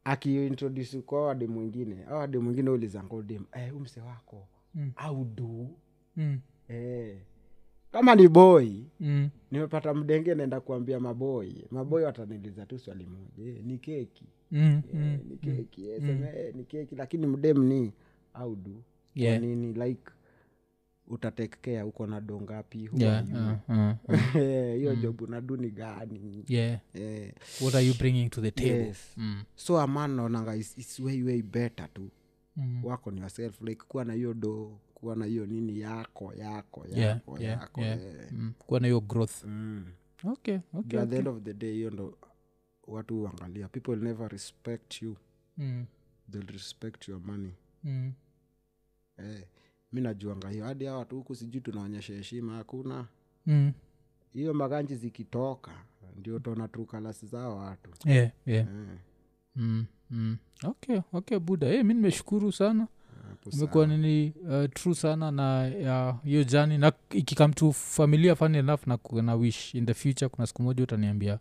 B: akiintroduce kwa wadi mwingine au wadi mwingine ulizangodem eh, huyu mse wako
A: Mm.
B: au du
A: mm,
B: eh. kama ni boy
A: mm.
B: nimepata mdenge naenda kuambia maboi
A: Hmm.
B: maboi wataniliza tu swali moja eh, ni keki
A: Mm,
B: eh,
A: mm.
B: ni keki eh, sema, eh, ni keki lakini mdem ni au du
A: Yeah.
B: nini like utatekekea uko na do ngapi Who
A: Yeah,
B: are you?
A: uh, uh, uh.
B: Eh, hiyo jobu nadu ni gani
A: Yeah.
B: eh,
A: what are you bringing to the table
B: yes.
A: mm.
B: so aman naonanga is, is way, way better tu
A: Mm.
B: wako ni yourself like kuwa na hiyo do kuwa na hiyo nini yako yako yako
A: Yeah, yeah,
B: yako
A: yeah.
B: eh.
A: Mm. kuwa na hiyo growth
B: Mm.
A: okay,
B: Juu
A: okay,
B: at the
A: okay.
B: end of the day hiyo ndo watu huangalia people never respect you
A: Mm.
B: they'll respect your money
A: Mm.
B: eh, mi najuanga hiyo hadi hawa watu huku sijui tunaonyesha heshima hakuna
A: Mm.
B: hiyo maganji zikitoka ndio tona trukalas zao watu
A: Yeah, yeah.
B: eh,
A: Mm. Mm. okay okay buda hey, mi nimeshukuru sana
B: hapo
A: imekuwa
B: sawa.
A: nini uh, true sana na ya hiyo jani na ikikam tu familia funny enough na, ku- na wish in the future kuna siku moja utaniambia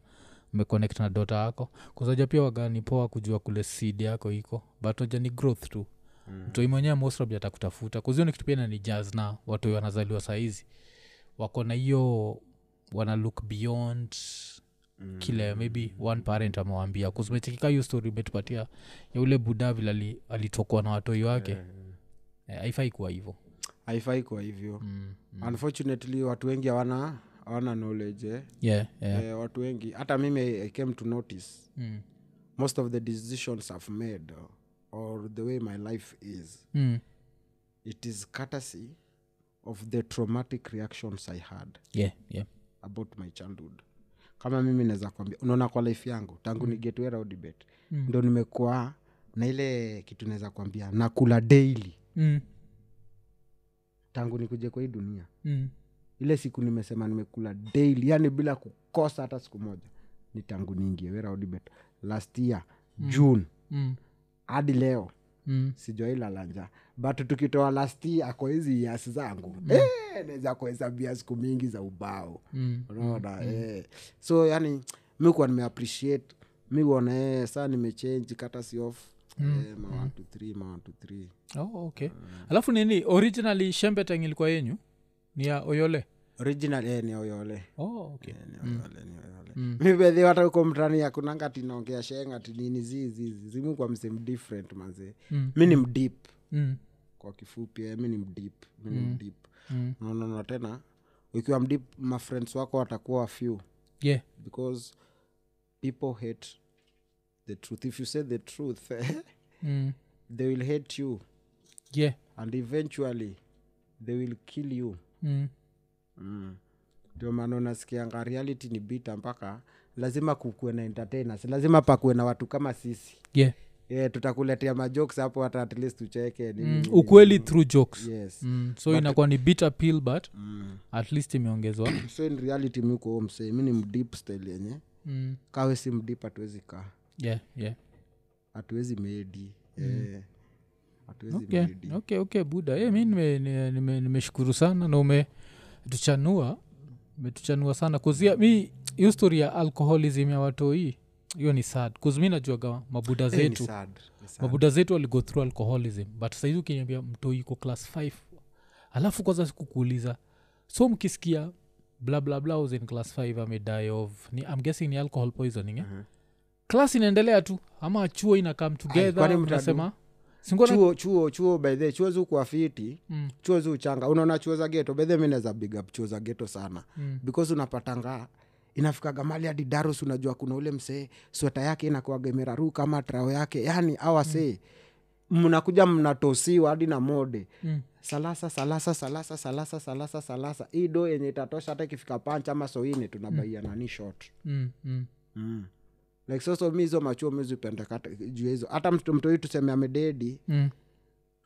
A: umeconnect na dota yako kuzaja pia wagani poa kujua kule seed yako iko but oja ni growth tu
B: Mm.
A: mtoi mwenyewe mosrab atakutafuta kuzio ni kitu pia nanijaz na watoi wanazaliwa sahizi wako na hiyo wana look beyond
B: Mm.
A: kile maybe one parent amewaambia kuzimechekika hiyo story umetupatia ya ule buda vile ali- alitokwa na watoi wake
B: Eh,
A: Eh, haifai kuwa hivyo
B: haifai kwa hivyo
A: mm. mm.
B: unfortunately watu wengi hawana hawana knowledge eh.
A: yeah, yeah.
B: eh, watu wengi hata mimi i came to notice
A: Mm.
B: most of the decisions i've made uh, or the way my life is
A: Mm.
B: it is courtesy of the traumatic reactions i had
A: Yeah, yeah.
B: about my childhood kama mimi naweza kuambia unaona kwa life yangu tangu mm. nigetweradibet mm. ndo nimekuwa na ile kitu naweza kuambia nakula daily
A: Mm.
B: tangu nikuje kwa hii dunia
A: Mm.
B: ile siku nimesema nimekula daily yani bila kukosa hata siku moja ni tangu niingie Wera Odibet. last year mm. june
A: Mm.
B: hadi leo
A: Mm.
B: sijailala njaa but tukitoa last year kwa hizi yas zangu mm. eh, naweza kuhesabia siku mingi za ubao
A: Mm.
B: unaona mm. eh. so yani mi kuwa nimeappreciate mi uona eh, saa nimechange kata si off mm. eh, ma one to three, ma one to three.
A: Oh, okay alafu nini originally shembeteng ilikuwa yenyu ni ya oyole
B: original eh, ni Eh, oyole
A: oh, okay.
B: Mm.
A: Mm.
B: mibedhi wata uko mtani akunanga tinaongea shenga tinini zizizi zimu kwa msem different manze
A: Mm.
B: mi ni mdip
A: Mm.
B: kwa kifupi eh, mi ni mdip mi ni mdip
A: Mm.
B: nonono tena ukiwa mdip mafriends wako watakuwa few
A: yeah
B: because people hate the truth if you say the truth
A: mm.
B: they will hate you
A: yeah
B: and eventually they will kill you
A: mm.
B: Mm. ndio maana unasikianga reality ni bita mpaka lazima kukuwe na entertainers lazima pakuwe na watu kama sisi
A: yeah
B: yeah, tutakuletea majokes hapo hata at least ucheke nini,
A: mm.
B: nini.
A: ukweli through jokes
B: yes
A: mm. so inakuwa ni bitter pill but
B: mm.
A: at least imeongezwa
B: so in reality miko huo msee mi ni mdip style yenye
A: mm.
B: kawe si mdip hatuwezi kaa
A: yeah yeah
B: hatuwezi medi Eh, hatuwezi
A: Mm. okay
B: medi
A: okay okay buda hey, mi nimeshukuru nime, nime nimeshukuru sana na umetuchanua umetuchanua sana kuzia mi hiyo story ya alcoholism ya watoi hiyo ni sad kuz mi najuaga mabuda
B: Eh, ni
A: zetu
B: sad, ni sad.
A: mabuda zetu waligo through alcoholism but saizi ukiniambia mtoi iko class 5 alafu kwanza sikukuuliza so mkisikia blablabla was in class 5 amedie of ni, I'm guessing ni alcohol poisoning eh?
B: Mhm.
A: class inaendelea tu ama chuo ina come
B: Ai, kwani
A: together
B: mtadu-
A: mnasema singona
B: chuo chuo chuo baidhe chuo zukuwa fiti
A: Mm.
B: chuo zu changa unaona chuo za geto bedhe mineza big up chuo za geto sana mm. because unapatanga inafikaga mali hadi daros unajua kuna ule msee sweta yake inakuaga imeraruka ama trao yake yani awasee mm. mnakuja mnatosiwa hadi na mode
A: Mm.
B: salasa salasa salasa salasa salasa salasa hii do yenye itatosha hata ikifika panch ama soine tunabaia mm. nani short
A: mm, mm.
B: mm. like soso mi hizo machuo mizipendekata juu ya hizo hata mtu- mtoi tuseme amededi
A: Mm.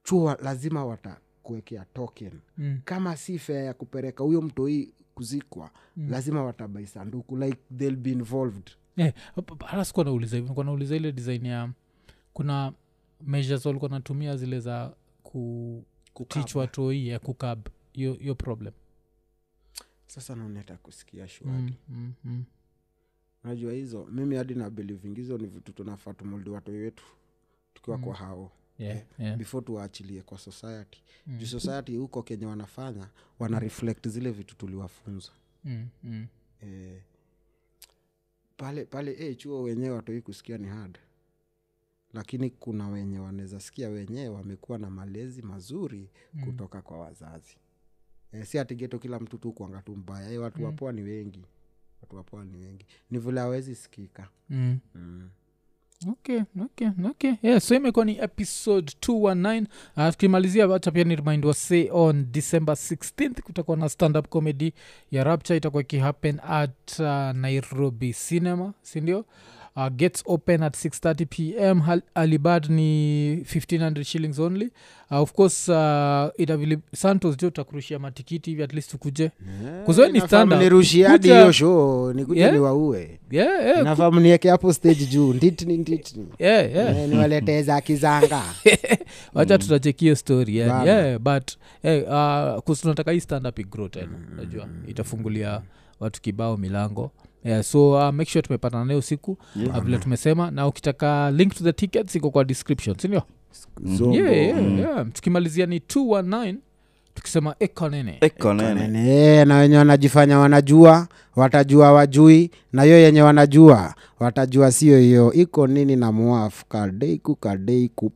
B: chuo wa- lazima watakuwekea token
A: Mm.
B: kama si fea ya kupeleka huyo mtoi kuzikwa mm. lazima watabai sanduku like they'll be involved
A: Eh, hapa- hapa- hata sikuwa nauliza hivi nikuwa nauliza ile design ya kuna measures walikuwa natumia zile za ku teach watu hii ya kukab hiyo hiyo problem
B: sasa naoneta kusikia shuari
A: mm, mm, mm.
B: najua hizo mimi hadi na belivingi hizo ni vitu tunafaa tumoldi watoi wetu tukiwa mm. kwa hao
A: Yeah, yeah.
B: before tuwaachilie kwa society mm. juu society huko kenya wanafanya wana reflect zile vitu tuliwafunza
A: Mm, mm.
B: eh, pale pale eh, chuo wenyewe watoi kusikia ni hard lakini kuna wenye wanaweza sikia wenyewe wamekuwa na malezi mazuri mm. kutoka kwa wazazi eh, si atigeto kila mtu tu kuanga tu mbaya eh, watu mm. wapoa ni wengi watu wapoa ni wengi ni vile awezi sikika
A: Mm.
B: mm.
A: okay okay okay yeah, so imekuwa ni episode 219 Ah, tukimalizia wacha pia ni remind wase on december 16th kutakuwa na standup comedy ya rapture itakuwa ikihappen at uh, nairobi cinema sindio uh, gets open at 630 pm Hal- alibad ni 1500 shillings only uh, of course uh, itavili santos jo utakurushia matikiti hivi at least ukuje kuzoe ni
B: Eh, Inafaa
A: stand up.
B: mnirushie hadi
A: Kuja-
B: hiyo show nikuje
A: Yeah. Eh,
B: niwaue
A: yeah, yeah,
B: nafaa mnieke hapo stage juu nditni nditni
A: yeah, yeah.
B: Eh, niwaletee za kizanga
A: wacha mm. tutachekio story yani.
B: Bana.
A: yeah, but hey, uh, kus- tunataka hii stand up igro tena unajua itafungulia watu kibao milango yeah, so uh, make sure tumepatana nayo usiku yeah. vile tumesema na ukitaka link to the tickets iko kwa description sindio
B: Zongo.
A: yeah, yeah, yeah. tukimalizia ni 219 tukisema ekonene
C: ekonene
B: Eh, Nene, Eh, na wenye wanajifanya wanajua watajua wajui na hiyo yenye wanajua watajua sio hiyo iko nini na mwafu kadeiku kadeiku